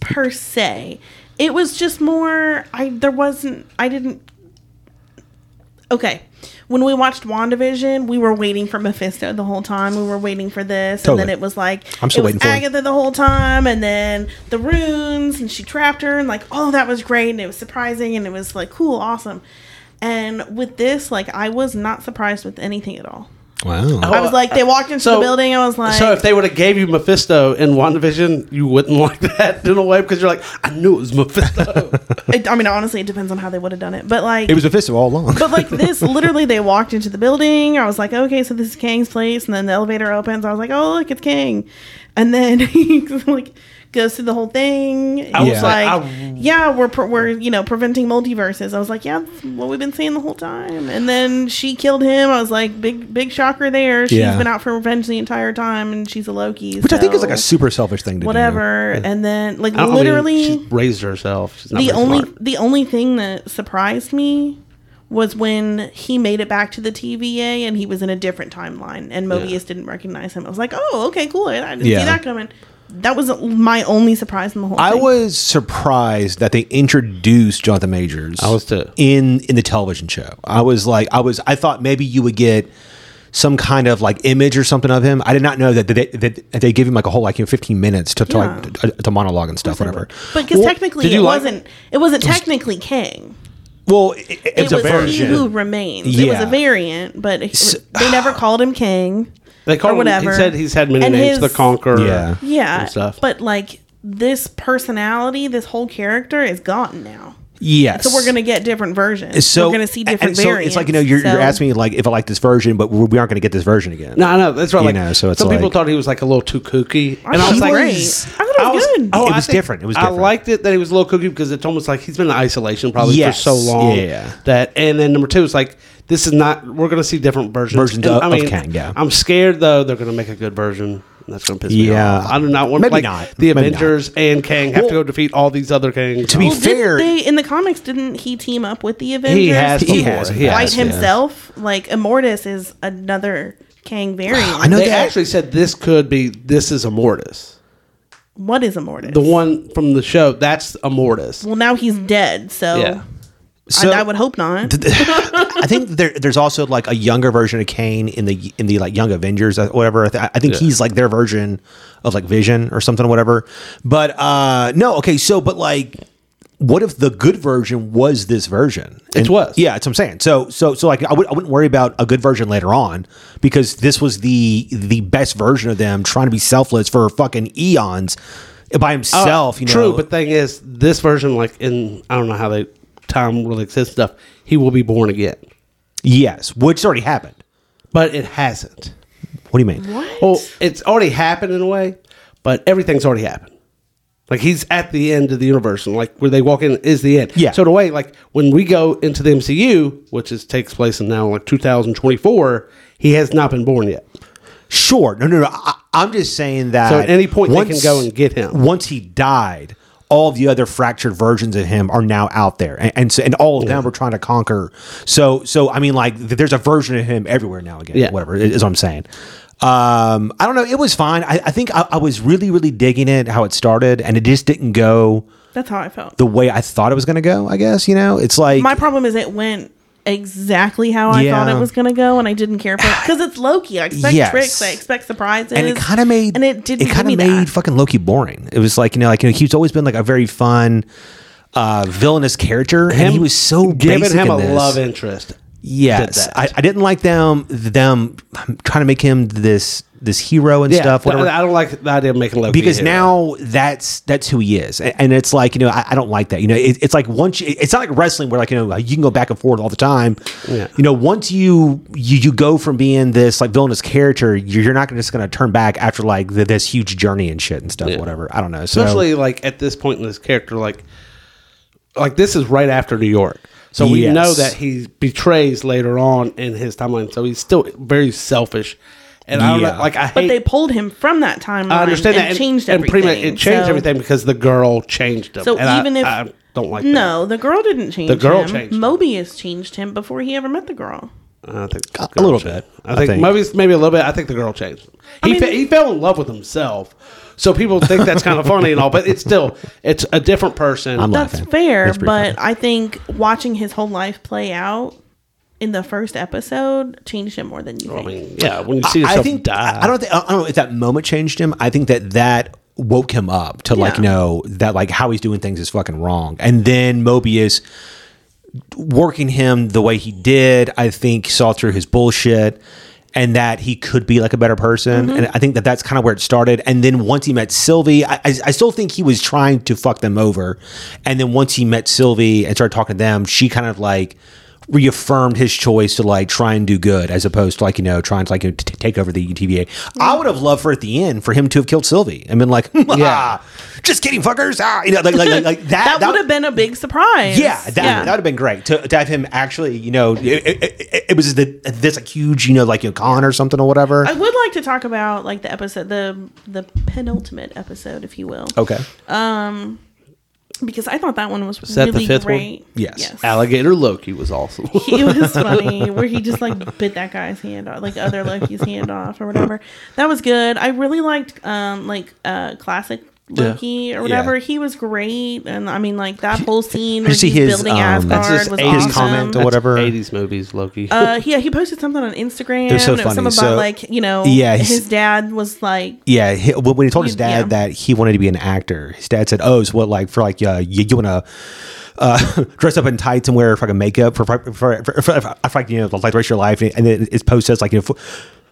S5: per se. It was just more. I there wasn't. I didn't. Okay, when we watched Wandavision, we were waiting for Mephisto the whole time. We were waiting for this,
S1: Totally.
S5: and then it was like
S1: I'm still
S5: it was
S1: waiting for him.
S5: Agatha the whole time, and then the runes, and she trapped her, and like, oh, that was great, and it was surprising, and it was like cool, awesome. And with this, like, I was not surprised with anything at all.
S1: "Wow,
S5: I was like, they walked into the building. I was like,
S4: so if they would have gave you Mephisto in WandaVision, you wouldn't like that in a way because you're like, I knew it was Mephisto.
S5: It, I mean, honestly, it depends on how they would have done it. But like,
S1: it was a festival all along."
S5: but like this, literally, they walked into the building. I was like, okay, so this is Kang's place, and then the elevator opens. I was like, oh look, it's Kang, and then he like goes through the whole thing. I
S4: was
S5: was
S4: like,
S5: like,
S4: I-
S5: yeah, we're pre- we're you know preventing multiverses. I was like, yeah, that's what we've been saying the whole time. And then she killed him. I was like, big big shocker there. She's
S1: Yeah.
S5: been out for revenge the entire time, and she's a Loki,
S1: Which I think is like a
S5: so
S1: super selfish thing to do.
S5: whatever. And then like
S4: I don't- I mean,
S5: literally.
S4: she raised herself. She's not
S5: the
S4: very
S5: only
S4: smart.
S5: the only thing that surprised me was when he made it back to the TVA and he was in a different timeline and Mobius didn't recognize him. I was like, oh, okay, cool. I didn't
S1: Yeah.
S5: see that coming. That was my only surprise in the whole.
S1: I
S5: thing.
S1: was surprised that they introduced Jonathan Majors. I
S4: was too.
S1: in in the television show. I was like, I was, I thought maybe you would get some kind of like image or something of him. I did not know that they that they give him like a whole like you know fifteen minutes to to, like, to, to monologue and stuff, whatever.
S5: but because
S1: Well,
S5: technically
S4: did you
S5: it
S4: like-
S5: wasn't it wasn't technically Kang.
S1: well, it, it,
S5: It
S1: it's a
S5: was he who
S1: version.
S5: remains. It was
S1: Yeah. ah.
S5: a variant, but it- they never called him Kang.
S4: They call
S5: or
S4: him-
S5: whatever.
S4: He said he's had many
S5: And
S4: names.
S5: his-
S4: the Conqueror.
S1: Yeah.
S5: Yeah,
S4: and stuff.
S5: but like this personality, this whole character is gone now.
S1: Yes.
S5: So we're gonna get different versions.
S1: So
S5: we're gonna see
S1: and
S5: different
S1: so
S5: variants.
S1: It's like you know you're,
S5: So-
S1: you're asking me like if I like this version, but we aren't going to get this version again.
S4: No, I know. That's right.
S1: You
S4: Like,
S1: know, so it's
S4: some people
S1: like-
S4: thought he was like a little too kooky,
S5: I thought it was great. I thought it was good.
S1: It was different. It was
S4: oh, I
S1: different.
S4: liked it that he was a little kooky because it's almost like he's been in isolation probably
S1: Yes.
S4: for so long.
S1: Yeah.
S4: That and then number two is like this is not. We're gonna see different versions.
S1: Versions
S4: And,
S1: of- of Kang, yeah.
S4: I'm scared though they're gonna make a good version. and That's gonna piss me
S1: Yeah.
S4: off. I do not want
S1: Maybe
S4: like
S1: not.
S4: the
S1: Maybe not.
S4: Avengers and Kang have to
S1: Well,
S4: go defeat all these other Kangs.
S1: to be
S5: Well, did
S1: fair,
S5: they in the comics didn't he team up with the Avengers?
S4: has
S5: to
S4: before. He
S5: fight
S4: has, yeah.
S5: himself. Like Immortus is another Kang variant.
S1: I know
S4: they
S1: that
S4: actually said this could be this is Immortus,
S5: What is Immortus?
S4: the one from the show. That's Immortus.
S5: well, now he's dead, so,
S4: Yeah.
S1: So-
S5: I, I would hope not.
S1: I think there, there's also like a younger version of Kane in the in the like Young Avengers or whatever. I, th- I think
S4: Yeah.
S1: he's like their version of like Vision or something, whatever. But uh no, okay, so but like, what if the good version was this version? And-
S4: was.
S1: yeah, that's what I'm saying. So so so like I, would, I wouldn't worry about a good version later on because this was the the best version of them trying to be selfless for fucking eons by himself. you know,
S4: Uh, True, but thing is, this version, like in I don't know how they time really exists and stuff. He will be born again,
S1: yes, which already happened.
S4: but it hasn't.
S1: What do you mean?
S5: what?
S4: Well, it's already happened in a way, but everything's already happened. Like he's at the end of the universe, and like where they walk in is the end.
S1: Yeah.
S4: So in a way, like when we go into the MCU, which is takes place in now like 2024, he has not been born yet.
S1: Sure. No, no, no. I, I'm just saying that.
S4: So at any point they can go and get him.
S1: Once he died, all the other fractured versions of him are now out there, and and, so, and all of them we're trying to conquer. So so I mean, like th- there's a version of him everywhere now again.
S4: Yeah.
S1: Whatever is is what I'm saying. Um, I don't know. It was fine. I, I think I, I was really really digging it how it started, and it just didn't go
S5: That's how I felt.
S1: the way I thought it was going to go. I guess you know, it's like
S5: My problem is it went exactly how I thought
S1: Yeah.
S5: it was going to go, and I didn't care for it because it's Loki. I expect
S1: Yes.
S5: tricks. I expect surprises.
S1: and it kind of made
S5: and it didn't.
S1: it kind of made
S5: made.
S1: fucking Loki boring. It was like you know, like you know, he's always been like a very fun uh villainous character, and he was so
S4: giving
S1: basic
S4: him
S1: in
S4: a
S1: this.
S4: love interest.
S1: Yes,
S4: that.
S1: I, I didn't like them them trying to make him this this hero and
S4: Yeah,
S1: stuff. Whatever.
S4: I, I don't like the idea of making Loki
S1: because
S4: a hero.
S1: now that's that's who he is, A- and it's like you know I, I don't like that. You know, it, it's like once you, it's not like wrestling where like you know you can go back and forth all the time.
S4: Yeah.
S1: You know, once you you you go from being this like villainous character, you're you're not gonna, just going to turn back after like the, this huge journey and shit and stuff.
S4: Yeah.
S1: Whatever. I don't know. So,
S4: especially like at this point in this character, like like this is right after New York. So we
S1: Yes.
S4: know that he betrays later on in his timeline. So he's still very selfish. And I don't know,
S1: Yeah.
S4: like I hate
S5: But they pulled him from that timeline.
S4: I understand
S5: and
S4: that and-
S5: changed
S4: and
S5: everything.
S4: pretty much it changed
S5: So-
S4: everything because the girl changed him.
S5: So
S4: And I-
S5: even if
S4: I, don't like
S5: no, the girl didn't change.
S4: The girl
S5: him.
S4: changed him.
S5: Mobius changed him before he ever met the girl.
S4: that. I think the
S1: A
S4: girl
S1: little
S4: changed.
S1: bit,
S4: I
S1: I
S4: think,
S1: think.
S4: maybe maybe a little bit. I think the girl changed. him. He
S5: mean-
S4: fe- he fell in love with himself. So people think that's kind of funny and all, but it's still it's a different person.
S1: I'm
S5: That's
S1: laughing.
S5: fair,
S1: That's pretty
S5: but
S1: funny.
S5: I think watching his whole life play out in the first episode changed him more than you
S4: I
S5: think.
S4: mean, yeah, when you see yourself
S1: I think
S4: die,
S1: I don't think I don't know if that moment changed him. I think that that woke him up to like
S5: Yeah.
S1: you know that like how he's doing things is fucking wrong. And then Mobius working him the way he did, I think saw through his bullshit and that he could be like a better person.
S5: Mm-hmm.
S1: And I think that that's kind of where it started. And then once he met Sylvie, I, I, I still think he was trying to fuck them over. And then once he met Sylvie and started talking to them, she kind of like reaffirmed his choice to like try and do good as opposed to like you know trying to like you know, t- t- take over the UTVA.
S5: Mm.
S1: I would have loved for at the end for him to have killed Sylvie and been like, yeah, just kidding, fuckers. Ah, you know, like, like, like, like that.
S5: That, would have been a big surprise.
S1: Yeah, that, that would have been great to, to have him actually, you know, it, it, it, it was the, this like huge, you know, like a con or something or whatever.
S5: I would like to talk about like the episode, the the penultimate episode, if you will,
S4: Oh.
S1: okay.
S5: because I thought that one was
S4: that the
S5: really
S4: fifth one?
S5: great.
S1: Yes.
S4: Alligator Loki was awesome.
S5: it was funny where he just like bit that guy's hand off, like other Loki's hand off or whatever. That was good. I really liked um like uh classic Loki or whatever. He was great, and I mean like that whole scene where
S1: you see
S5: he's
S1: his,
S5: building
S1: um,
S5: Asgard
S1: that's
S4: his
S5: was
S4: 80s
S5: awesome.
S1: comment
S5: Comment
S1: or whatever.
S4: Eighties movies, Loki.
S5: uh, yeah, he posted something on Instagram.
S1: They're so
S5: and it was
S1: funny.
S5: something about
S1: So-
S5: like you know,
S1: Yeah, he's-
S5: his dad was like
S1: Yeah, he, when when he told his
S5: You-
S1: dad
S5: yeah.
S1: that he wanted to be an actor, his dad said, "Oh, so what? Like for like, uh, you, you want to uh, dress up in tights and wear fucking makeup for for for, for, for, for like you know like the rest of your life?" And then his post says like you know. fu-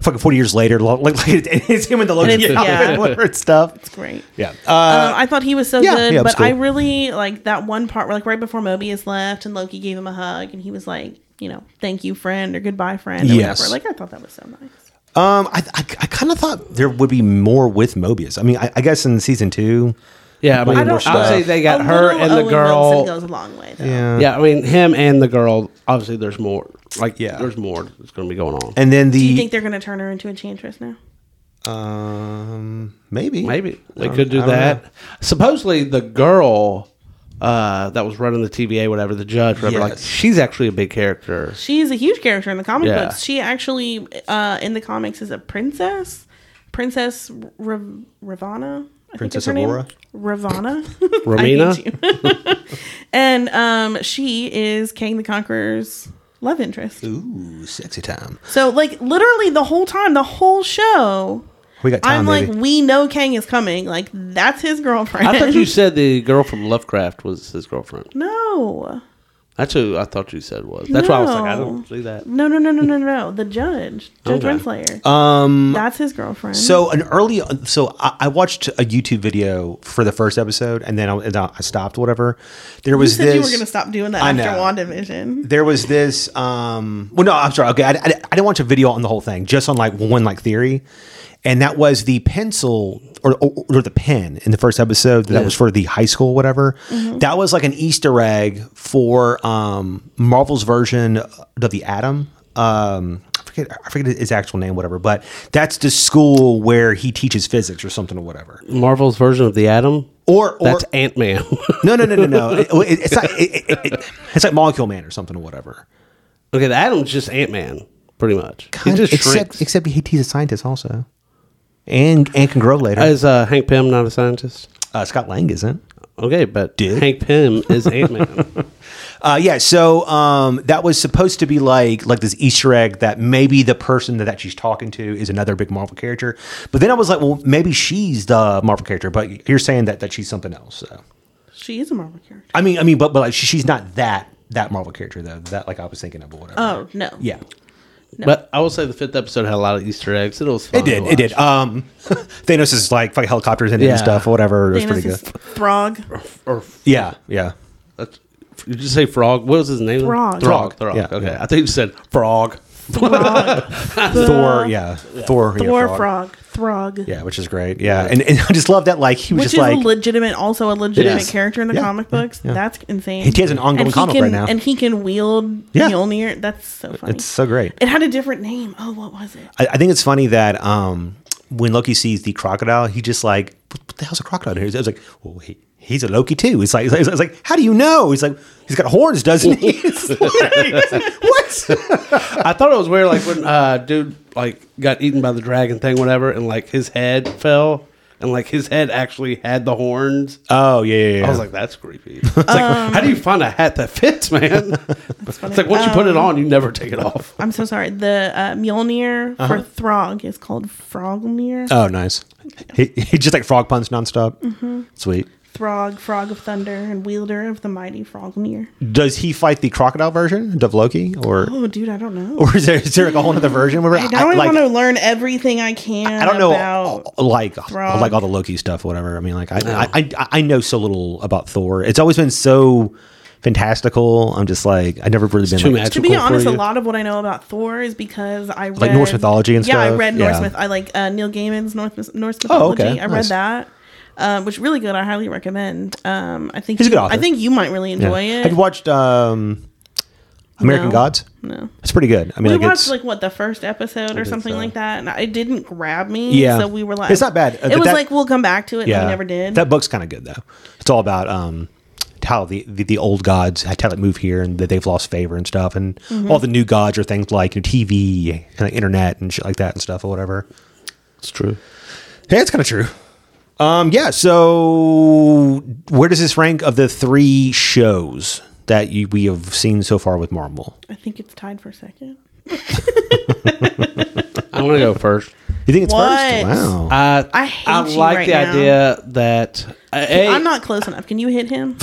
S1: Fucking forty years later, lo- like, like it's it's him in the Loki
S5: it's-
S1: outfit
S5: yeah.
S1: and whatever and stuff.
S5: great.
S1: Yeah, uh,
S5: Um, I thought he was so
S1: yeah,
S5: good,
S1: yeah, it was
S5: but I
S1: cool.
S5: really like that one part where, like, right before Mobius left and Loki gave him a hug, and he was like, you know, thank you, friend, or goodbye, friend, or
S1: Yes.
S5: whatever. Like, I thought that was so nice.
S1: um, I I, I kind of thought there would be more with Mobius. I mean, I, I guess in season two,
S4: yeah, I mean,
S1: I
S4: I
S1: don't-
S4: would say they got
S5: A
S4: her
S5: little
S4: and the
S5: Owen Wilson
S4: girl.
S5: goes a long way, though.
S4: Yeah, I mean, him and the girl. Obviously, there's more. Like,
S1: Yeah.
S4: yeah, there's more that's going to be going on.
S1: and then the
S5: Do you think they're going to turn her into Enchantress now?
S1: Um, maybe,
S4: Maybe they
S1: don't-
S4: could
S1: I
S4: do
S1: don't
S4: that.
S1: know.
S4: Supposedly, the girl uh, that was running the TVA, whatever, the judge, whatever, like
S1: Yes.
S4: she's actually a big character.
S5: She's a huge character in the comic
S4: Yeah.
S5: books. She actually, uh, in the comics, is a princess. Princess R- Ravana. I think
S1: Princess
S5: is her name.
S1: Aurora?
S5: Ravana.
S4: Romina?
S5: you. and um, she is King the Conqueror's love interest.
S1: Ooh, sexy time.
S5: So, like, literally the whole time, the whole show,
S1: We got time.
S5: I'm like,
S1: baby.
S5: we know Kang is coming. Like, that's his girlfriend.
S4: I thought you said the girl from Lovecraft was his girlfriend.
S5: no.
S4: That's who I thought you said was. That's why I was like, I
S5: No.
S4: don't see that.
S5: No, no, no, no, no, no. The judge, Judge
S4: Okay.
S5: Renslayer. Um, that's his girlfriend.
S1: so an early, so I, I watched a YouTube video for the first episode, and then I, and I stopped. Whatever. There
S5: you
S1: was
S5: said
S1: this.
S5: you were going to stop doing that
S1: I
S5: after
S1: know.
S5: WandaVision.
S1: There was this. Um, well, no, I'm sorry. Okay, I, I, I didn't watch a video on the whole thing, just on like one like theory, and that was the pencil or or, or the pen in the first episode that was for the high school whatever. That was like an Easter egg for um, Marvel's version of the Atom. Um, I forget I forget his actual name, whatever. But that's the school where he teaches physics or something or whatever
S4: Marvel's version of the Atom.
S1: Or, or
S4: That's Ant Man.
S1: no, no, no, no, no. It- it- it's like it, it, it, it's like Molecule Man or something or whatever.
S4: okay, the Atom's just Ant Man, pretty much. He just shrinks.
S1: except except he, he's a scientist also, and and can grow later.
S4: Is uh, Hank Pym not a scientist?
S1: uh, Scott Lang isn't.
S4: Okay, but
S1: Dick.
S4: Hank Pym is Ant Man.
S1: Uh, yeah, so um, that was supposed to be like like this Easter egg that maybe the person that, that she's talking to is another big Marvel character. But then I was like, well, maybe she's the Marvel character, but you're saying that that she's something else. So
S5: She is a Marvel character.
S1: I mean, I mean, but but like she, she's not that that Marvel character though. That like I was thinking of or whatever.
S5: Oh no.
S1: yeah.
S4: But I will say the fifth episode had a lot of Easter eggs. It was fun
S1: It
S4: to
S1: did.
S4: watch.
S1: It did. Um, Thanos is like fucking helicopters in it
S4: Yeah.
S1: and stuff, or whatever. It was
S5: Thanos
S1: pretty
S5: is
S1: good.
S5: Throg.
S4: Or
S1: Yeah, yeah.
S4: That's- Did you say frog? What was his name?
S5: Throg.
S4: Throg. Throg.
S1: Yeah.
S4: Okay. I think you said frog.
S1: Thor, yeah, Thor, yeah,
S5: Thor
S1: Frog.
S5: Frog. Throg.
S1: Yeah, which is great. Yeah, and, and I just love that. Like he was
S5: Which
S1: just
S5: is
S1: like
S5: a legitimate, also a legitimate
S1: Yes.
S5: character in the
S1: Yeah.
S5: comic books.
S1: Yeah.
S5: That's insane.
S1: He has an ongoing
S5: And he
S1: comic
S5: can,
S1: right now.
S5: and he can wield
S1: Yeah.
S5: Mjolnir. That's so funny.
S1: it's so great.
S5: It had a different name. Oh, what was it?
S1: I, I think it's funny that um, when Loki sees the crocodile, he just like, what, what the hell's a crocodile? Here, I was like, well, he, he's a Loki too. It's like, it's like, it's like, how do you know? He's like, he's got horns, doesn't he? It's like, what?
S4: I thought it was weird, like when uh, dude like got eaten by the dragon thing, whatever, and like his head fell, and like his head actually had the horns.
S1: Oh yeah, yeah, yeah.
S4: I was like, that's creepy. It's like, how do you find a hat that fits, man? it's
S5: Um. funny. Um.
S4: like once you put it on, you never take it off.
S5: I'm so sorry. The uh, Mjolnir for Throg is called Frognir.
S1: Uh-huh. oh nice. He, he just like frog puns nonstop. Sweet.
S5: Throg, Frog of Thunder, and Wielder of the Mighty Frognir.
S1: Does he fight the crocodile version of Loki, or
S5: Oh, dude, I don't know.
S1: or is there is there like a whole other version? Where
S5: I don't
S1: like,
S5: want to learn everything I can.
S1: I don't know,
S5: about
S1: uh, like
S5: Throg.
S1: like all the Loki stuff, whatever. I mean, like I, I, I I know so little about Thor. It's always been so fantastical. I'm just like I never really been
S4: too
S1: like,
S4: magic.
S5: to be
S4: cool for
S5: honest, a
S4: you.
S5: lot of what I know about Thor is because I read
S1: Like Norse mythology and
S5: yeah, I
S1: stuff?
S5: read Norse
S1: Yeah.
S5: myth. I like uh, Neil Gaiman's Norse Norse
S1: Oh,
S5: mythology.
S1: okay.
S5: I read
S1: Nice.
S5: that, um, which really good. I highly recommend. Um, I think
S1: He's a
S5: you-
S1: good author.
S5: I think you might really
S1: yeah.
S5: enjoy it.
S1: Have you watched um, American
S5: No.
S1: Gods?
S5: no.
S1: It's pretty good. I mean,
S5: We
S1: like,
S5: watched
S1: it's,
S5: like what the first episode or something
S4: so.
S5: like that, and it didn't grab me.
S1: Yeah.
S5: so we were like,
S1: It's not bad. Uh,
S5: it was
S1: that-
S5: like we'll come back to it. and
S1: yeah,
S5: we never did.
S1: That book's kind of good though. It's all about um how the, the, the old gods how they move here and that they've lost favor and stuff, and
S5: Mm-hmm.
S1: all the new gods are things like you know, TV and like, internet and shit like that and stuff or whatever.
S4: It's true.
S1: Yeah, it's kind of true. Um, yeah. So, where does this rank of the three shows that you, we have seen so far with Marvel?
S5: I think it's tied for second.
S4: I want to go first.
S1: You think it's
S5: What?
S1: first? Wow.
S4: Uh,
S5: I hate
S4: I
S5: you
S4: like
S5: right
S4: the
S5: now.
S4: idea that uh, A,
S5: I'm not close enough. Can you hit him?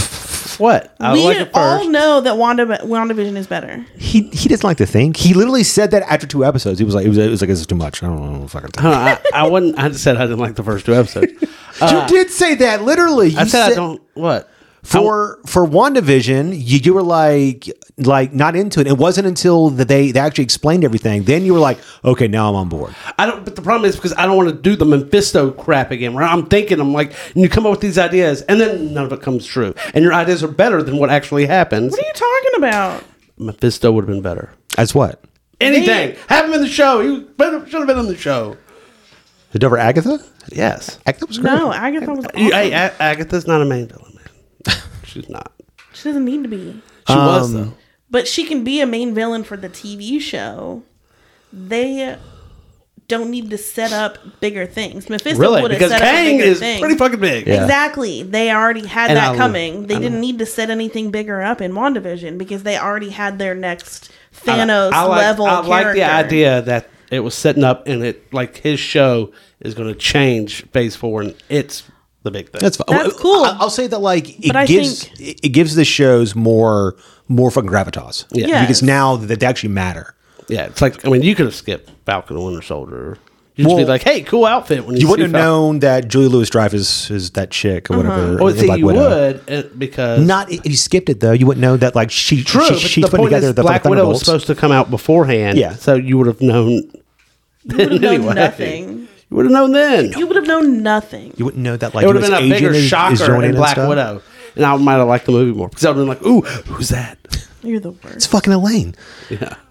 S4: what I
S5: we
S4: like it
S5: all
S4: first.
S5: know that Wanda WandaVision is better.
S1: he he doesn't like to think. He literally said that after two episodes. He was like, it was, it was like this is too much. I don't know. What the fuck I'm
S4: I, I wouldn't. I said I didn't like the first two episodes.
S1: talking. you did say that literally.
S4: Uh, I
S1: You
S4: said I don't. What
S1: for for WandaVision, you, you were like like not into it. It wasn't until that they they actually explained everything. Then you were like, okay, now I'm on board.
S4: I don't. But the problem is because I don't want to do the Mephisto crap again. Where I'm thinking, I'm like, and you come up with these ideas, and then none of it comes true, and your ideas are better than what actually happens.
S5: What are you talking about?
S4: Mephisto would have been better.
S1: As what?
S4: Anything have him in the show. He better should have been in the show.
S1: The Dover Agatha?
S4: Yes.
S1: Agatha was great.
S5: No, Agatha was.
S4: You-
S5: Awesome.
S4: hey, A- Agatha's not a main villain, man. She's not.
S5: she doesn't need to be,
S4: She was though.
S5: but she can be a main villain for the TV show. They don't need to set up bigger things. Mephisto
S4: Really,
S5: would have
S4: because
S5: set up a
S4: Kang
S5: bigger
S4: is
S5: thing.
S4: pretty fucking big.
S1: Yeah.
S5: Exactly. They already had
S4: And
S5: that
S4: I-
S5: coming. They
S4: I know.
S5: didn't need to set anything bigger up in WandaVision because they already had their next
S4: I-
S5: Thanos
S4: I like,
S5: level
S4: I like the
S5: character.
S4: idea that it was setting up, and it like his show is going to change Phase Four, and it's the big thing.
S1: That's fine.
S5: That's
S1: I-
S5: cool.
S1: I, will say that like it
S5: But I
S1: gives it, it gives the shows more more fucking gravitas.
S4: Yeah.
S5: Yes.
S1: Because now that they actually matter.
S4: Yeah, it's like I mean, you could have skipped Falcon and Winter Soldier. You'd just
S1: Well,
S4: be like, "Hey, cool outfit." When you,
S1: You
S4: see
S1: wouldn't have
S4: Falcon.
S1: known that Julie Louis Dreyfus is that chick or whatever.
S4: Well,
S1: in
S4: Uh-huh. Oh, see,
S1: Black
S4: you
S1: Widow.
S4: would uh, because
S1: Not if you skipped it though, you wouldn't know that like she
S4: true.
S1: she,
S4: but
S1: she
S4: the
S1: put
S4: point
S1: together
S4: is,
S1: the
S4: Black Widow was
S1: Thunderbolts.
S4: supposed to come out beforehand.
S1: Yeah.
S4: so you would have known.
S5: You would have known
S4: Anyway.
S5: nothing.
S4: You would have known then.
S5: You would have known nothing.
S1: you wouldn't know that like
S4: it would have
S1: US
S4: been a bigger
S1: agent is- is
S4: shocker
S1: joining
S4: in
S1: and
S4: Black
S1: stuff.
S4: Widow, and I might have liked the movie more because I'd have been like, "Ooh, who's that?"
S5: You're the
S1: It's
S5: worst.
S1: fucking Elaine.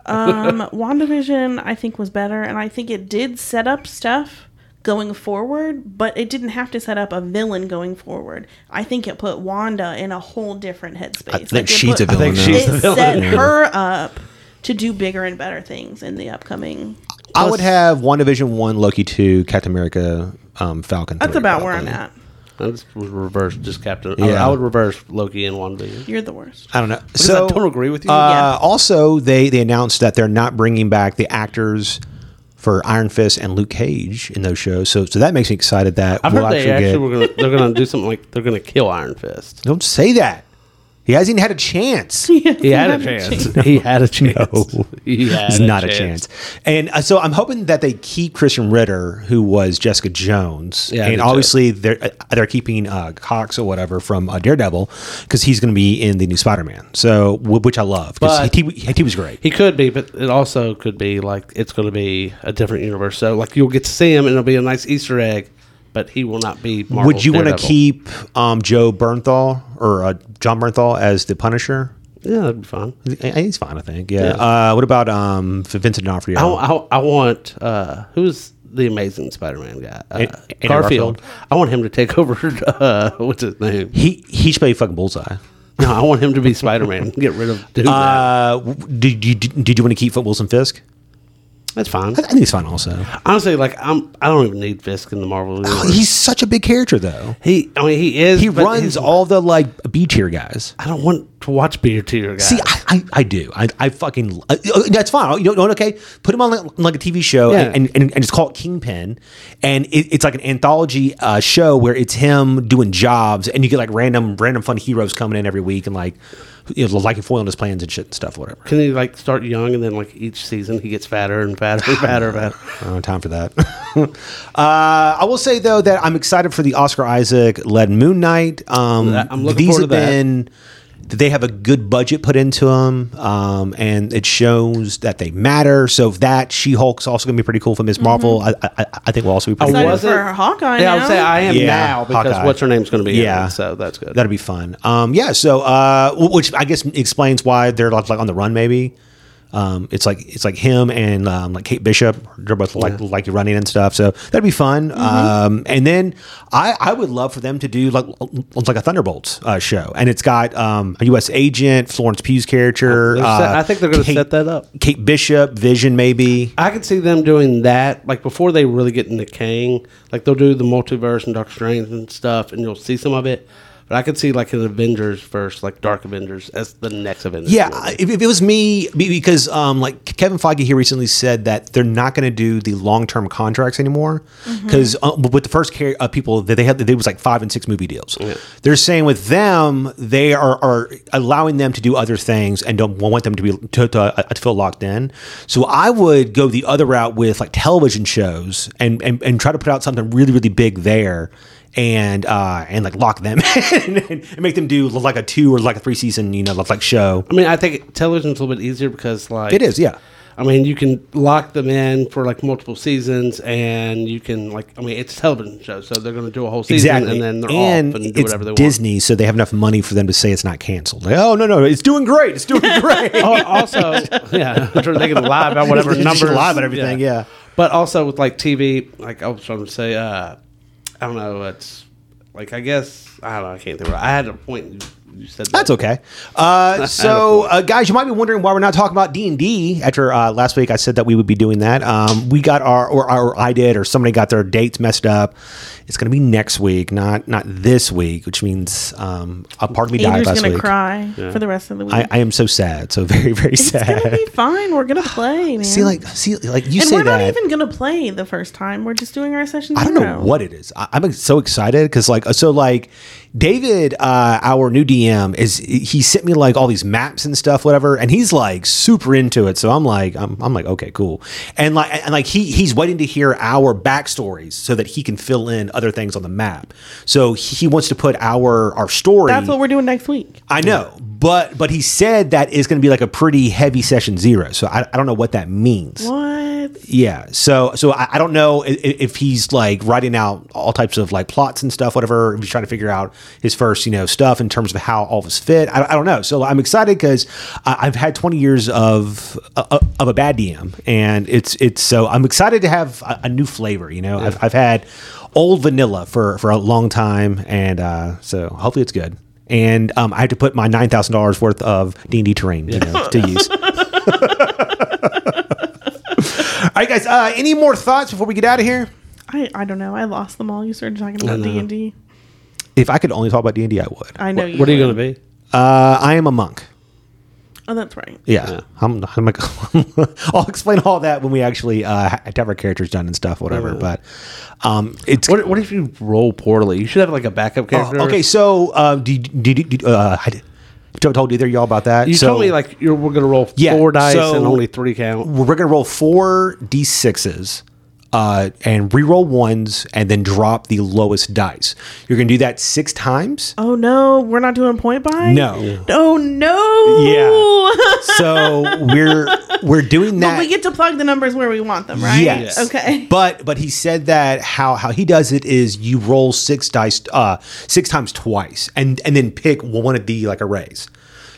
S5: Um, WandaVision, I think, was better, and I think it did set up stuff going forward, but it didn't have to set up a villain going forward. I think it put Wanda in a whole different headspace.
S1: I think
S5: Like, it
S1: she's
S5: put-
S1: a villain.
S4: think
S1: now.
S4: she's-
S5: It
S4: the villain.
S5: set her up to do bigger and better things in the upcoming.
S1: I would have WandaVision 1, Loki 2, Captain America, um, Falcon.
S5: That's
S1: 3,
S5: about where I'm
S1: probably.
S5: at.
S4: I just would reverse just Captain. I-
S1: Yeah.
S4: I, would reverse Loki and WandaVision.
S5: You're the worst.
S1: I don't know.
S4: Because I don't agree with you.
S1: Uh,
S5: Yeah.
S1: Also, they they announced that they're not bringing back the actors for Iron Fist and Luke Cage in those shows. So, so that makes me excited that
S4: I've
S1: we'll
S4: heard they
S1: actually
S4: actually
S1: get.
S4: were gonna, they're going to do something like they're going to kill Iron Fist.
S1: don't say that. He hasn't even had a chance.
S4: He had a chance. He had a chance. He had
S1: It's not a chance. And uh, so I'm hoping that they keep Christian Ritter, who was Jessica Jones.
S4: Yeah, I do
S1: and
S4: too.
S1: obviously they're uh, they're keeping uh, Cox or whatever from uh, Daredevil because he's going to be in the new Spider-Man. So wh- which I love because
S4: But-
S1: he, he, he was great.
S4: He could be, but it also could be like it's going to be a different universe. So like you'll get to see him, and it'll be a nice Easter egg. But he will not be. Marvel's
S1: Would you want to
S4: Daredevil.
S1: keep um, Joe Bernthal or uh, John Bernthal as the Punisher?
S4: Yeah, that'd be fine.
S1: Eh, He's fine, I think. Yeah. Uh, what about um, Vincent D'Onofrio?
S4: Oh, I, I, I want uh, who's the Amazing Spider-Man guy? Uh,
S1: An- Andrew
S4: Garfield.
S1: Garfield.
S4: I want him to take over. Uh, what's his name?
S1: he he should play fucking Bullseye.
S4: No, I want him to be Spider-Man. Get rid of dude.
S1: Uh, w- did you did, did you want to keep Wilson Fisk?
S4: That's fine.
S1: I think he's fine also.
S4: Honestly, like I'm, I don't even need Fisk in the Marvel. universe.
S1: Oh, He's such a big character though.
S4: he, I mean, he is.
S1: He
S4: but
S1: runs
S4: he's-
S1: all the like B tier guys.
S4: I don't want to watch beer tier guys.
S1: See, I, I, I do. I, I fucking uh, uh, that's fine. You know, okay. Put him on like, like a TV show,
S4: Yeah.
S1: and, and and it's called Kingpin, and it, it's like an anthology uh, show where it's him doing jobs, and you get like random random fun heroes coming in every week, and like you know, like foiling his plans and shit and stuff, whatever.
S4: Can he like start young and then like each season he gets fatter and fatter and fatter and fatter?
S1: I don't have time for that. uh, I will say though that I'm excited for the Oscar Isaac led Moon Knight. Um,
S4: That- I'm looking
S1: these
S4: forward to
S1: have
S4: that.
S1: been they have a good budget put into them, um, and it shows that they matter. So that She Hulk's also going to be pretty cool for Miss Marvel. I I, I, I think will also be pretty
S5: Excited
S1: cool.
S4: wasn't-
S5: for Hawkeye.
S4: Yeah, I
S5: now.
S4: would say I am
S1: Yeah,
S4: now because
S1: Hawkeye.
S4: what's her name's going to be? Yeah,
S1: Yeah.
S4: so that's good.
S1: That'll be fun. Um, yeah. So uh, w- which I guess explains why they're like, like on the run maybe. Um, it's like it's like him and um, like Kate Bishop. They're both like like running and stuff. So that'd be fun.
S4: Mm-hmm.
S1: Um, and then I, I would love for them to do like like a Thunderbolts uh, show, and it's got um, a U.S. agent, Florence Pugh's character.
S4: They're set-
S1: uh,
S4: I think they're going to
S1: Kate-
S4: set that up.
S1: Kate Bishop, Vision, maybe.
S4: I could see them doing that, like before they really get into Kang. Like they'll do the multiverse and Doctor Strange and stuff, and you'll see some of it. But I could see like an Avengers versus like Dark Avengers as the next Avengers.
S1: Yeah,
S4: movie.
S1: I- if, if it was me, be- because um, like Kevin Feige here recently said that they're not going to do the long term contracts anymore because with the first car- uh, people that they had, there was like five and six movie deals. They're saying with them, they are, are allowing them to do other things and don't want them to be to, to, uh, to feel locked in. So I would go the other route with like television shows and and, and try to put out something really really big there. And uh and like lock them in and make them do like a two or like a three season you know like show
S4: I mean, I think television's a little bit easier because like
S1: it is, yeah.
S4: I mean, you can lock them in for like multiple seasons, and you can like I mean, it's a television show, so they're going to do a whole season, and then they're
S1: And
S4: off and do
S1: it's
S4: whatever they want.
S1: Disney, so they have enough money for them to say it's not canceled. Like, oh no, no, it's doing great. It's doing great.
S4: Al- Oh, also, yeah, I'm sure they can lie about whatever
S1: They just
S4: numbers,
S1: lie about everything, yeah.
S4: But also with like TV, like I was trying to say, uh, I don't know, it's like I guess I don't know, I can't think. Of it. I had a point. You, you said that.
S1: That's okay. Uh, so, uh, guys, you might be wondering why we're not talking about D and D. After uh, last week, I said that we would be doing that. Um, we got our, or, or I did, or somebody got their dates messed up. It's going to be next week, not not this week, which means um, a part of me died
S5: Andrew's
S1: last
S5: gonna
S1: week.
S5: cry for the rest of the week.
S1: I, I am so sad, so very very
S5: it's
S1: sad.
S5: gonna be fine. We're gonna play, man.
S1: see, like, see, like you
S5: and
S1: say
S5: we're
S1: that.
S5: not even gonna play the first time. We're just doing our session.
S1: I don't know
S5: zero.
S1: what it is. I, I'm so excited because like uh, so like David, uh, our new DM is he sent me like all these maps and stuff, whatever, and he's like super into it. So I'm like I'm, I'm like okay, cool, and like and like he he's waiting to hear our backstories so that he can fill in other things on the map. So he wants to put our our story.
S5: That's what we're doing next week.
S1: I know, but but he said that is going to be like a pretty heavy session zero. So I, I don't know what that means.
S5: What? with.
S1: Yeah. So so I, I don't know if, if he's like writing out all types of like plots and stuff, whatever. If he's trying to figure out his first, you know, stuff in terms of how all of us fit. I, I don't know. So I'm excited because I've had 20 years of uh, of a bad DM, and it's it's so I'm excited to have a, a new flavor. You know, I've, I've had old vanilla for for a long time, and uh, so hopefully it's good. And um, I have to put my nine thousand dollars worth of D and D terrain you know, to use. All right, guys. Uh, any more thoughts before we get out of here?
S5: I, I don't know. I lost them all. You started talking about D and D.
S1: If I could only talk about D and D, I would.
S5: I know you.
S4: What are you
S5: would.
S4: going to be?
S1: Uh, I am a monk.
S5: Oh, that's right.
S1: Yeah, I'm. I'm like, I'll explain all that when we actually uh, ha- have our characters done and stuff, whatever. But um, it's Oh,
S4: What, what if you roll poorly? You should have like a backup character.
S1: okay. So uh, did did, did uh, I did, told told either of y'all about that?
S4: You
S1: so,
S4: told me like you're, we're going to roll
S1: Yeah,
S4: four dice
S1: so-
S4: and only three count.
S1: we're gonna roll four d sixes. Uh, and re-roll ones and then drop the lowest dice. You're gonna do that six times.
S5: Oh no, we're not doing point buy.
S1: No. Yeah.
S5: Oh no.
S1: Yeah. So we're we're doing that.
S5: but we get to plug the numbers where we want them, right?
S1: Yes.
S5: Okay.
S1: But but he said that how how he does it is you roll six dice uh six times twice and and then pick one of the like arrays.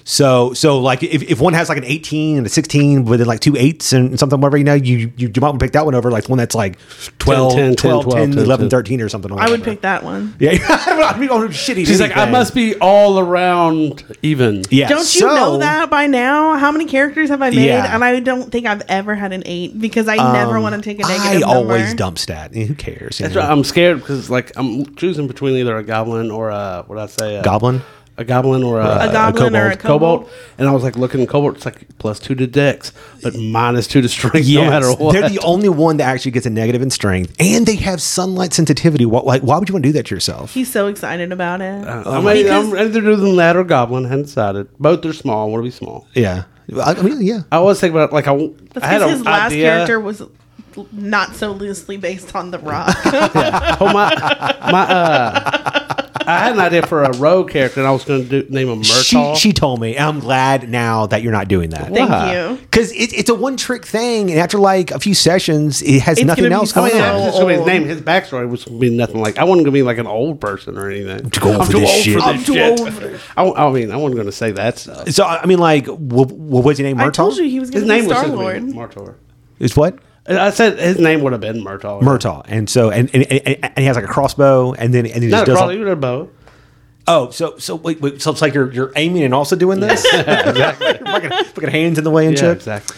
S1: So so like if, if one has like an eighteen and a sixteen with like two eights and something whatever you know you you, you might pick that one over like one that's like 12,
S4: 10,
S1: 12,
S4: 12,
S1: 10,
S4: 10,
S1: 11, 13 or something.
S5: I would pick that one.
S1: Yeah, I don't know. I mean, oh, shit, he
S4: She's
S1: didn't
S4: like, I
S1: say.
S4: must be all around even.
S1: Yeah.
S5: Don't you
S1: so-
S5: know that by now? How many characters have I made?
S1: Yeah. Um,
S5: And I don't think I've ever had an eight because I never want to take a
S1: I
S5: negative
S1: always
S5: number.
S1: dump stat. Who cares? you
S4: That's
S1: know?
S4: right. I'm scared because like I'm choosing between either a goblin or a what I say a
S1: Goblin.
S4: a goblin or a,
S5: A goblin or a kobold.
S4: And I was like looking at kobold. It's like plus two to dex, but minus two to strength.
S1: Yes,
S4: no matter what.
S1: They're the only one that actually gets a negative in strength, and they have sunlight sensitivity. Why, why, why would you want to do that to yourself?
S5: He's so excited about it.
S1: Uh,
S4: I'm, either-
S5: Because-
S4: I'm either doing that or goblin. I hadn't decided. Both are small. I want to be small.
S1: Yeah, I I mean, yeah.
S4: I always think about it, like I, w- I
S5: That's
S4: had
S5: because
S4: an
S5: his last
S4: idea.
S5: character was not so loosely based on The Rock.
S4: Oh my, my uh, I had an idea for a rogue character, and I was going to do name him
S1: She,
S4: Murtaugh.
S1: she told me. and I'm glad now that you're not doing that.
S5: Thank
S4: Why?
S5: you.
S1: Because it, it's a one trick thing, and after like a few sessions, it has
S5: It's
S1: nothing
S5: gonna be
S1: else
S5: so
S1: going
S4: Yeah,
S1: on.
S4: it's just gonna be his
S5: old.
S4: name. His backstory was gonna be nothing like. I wasn't gonna be like an old person or anything.
S1: Too old for this shit. I'm
S4: too old for this. I, I mean, I wasn't gonna say that stuff.
S1: So I I mean, like, what, what was your name? Murtaugh?
S5: I told you he was
S4: His
S5: going to be
S4: name was
S5: Star
S4: supposed to
S5: Lord.
S4: be Murtaugh.
S1: It's what
S4: And I said his name would have been Murtaugh.
S1: Murtaugh, and so and and, and, and he has like a crossbow, and then and he just
S4: Not
S1: does.
S4: probably
S1: all-
S4: would have bow.
S1: oh, so so wait, wait, so it's like you're you're aiming and also doing this. exactly. fucking, fucking hands in the way and
S4: Yeah,
S1: shit.
S4: exactly.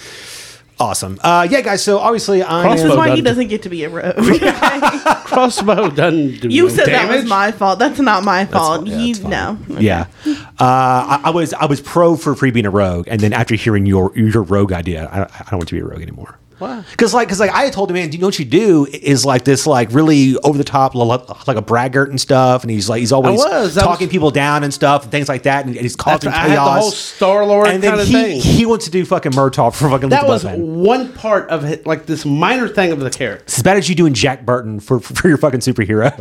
S1: Awesome. Uh, yeah, guys. So obviously, I
S4: Crossbow
S5: This is
S1: am-
S5: why he
S4: Done.
S5: doesn't get to be a rogue. okay?
S4: Crossbow doesn't do.
S5: you
S4: no
S5: said that
S4: damage.
S5: was my fault. That's not my fault. you no.
S1: yeah. Uh, I, I was I was pro for free being a rogue, and then after hearing your your rogue idea, I, I don't want to be a rogue anymore.
S4: Why?
S1: Because like, because like, I had told him, man, do you know what you do is like this, like really over the top, li- li- like a braggart and stuff, and he's like, he's always
S4: I was. I
S1: talking
S4: was-
S1: people down and stuff, and things like that, and, and he's causing
S4: right. I had the
S1: chaos.
S4: whole Star-Lord
S1: and then
S4: kinda
S1: he
S4: thing.
S1: he wants to do fucking Murtaugh for fucking Lethal
S4: That was
S1: Weapon.
S4: one part of it, like this minor thing of the character.
S1: It's as bad as you doing Jack Burton for for your fucking superhero.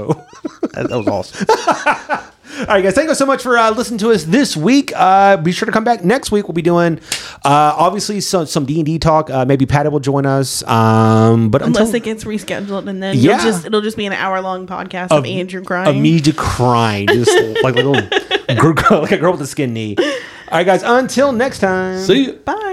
S4: That, that was awesome.
S1: All right, guys, thank you so much for uh, listening to us this week. Uh, be sure to come back next week. We'll be doing uh, obviously some some D and D talk. Uh, maybe Patty will join us. Um, but
S5: Unless
S1: until,
S5: it gets rescheduled and then
S1: Yeah.
S5: you'll just it'll just be an hour long podcast of, Andrew
S1: of
S5: crying.
S1: me to crying, just like a little gr- like a girl with a skin knee. All right, guys, until next time.
S4: See. ya.
S5: Bye.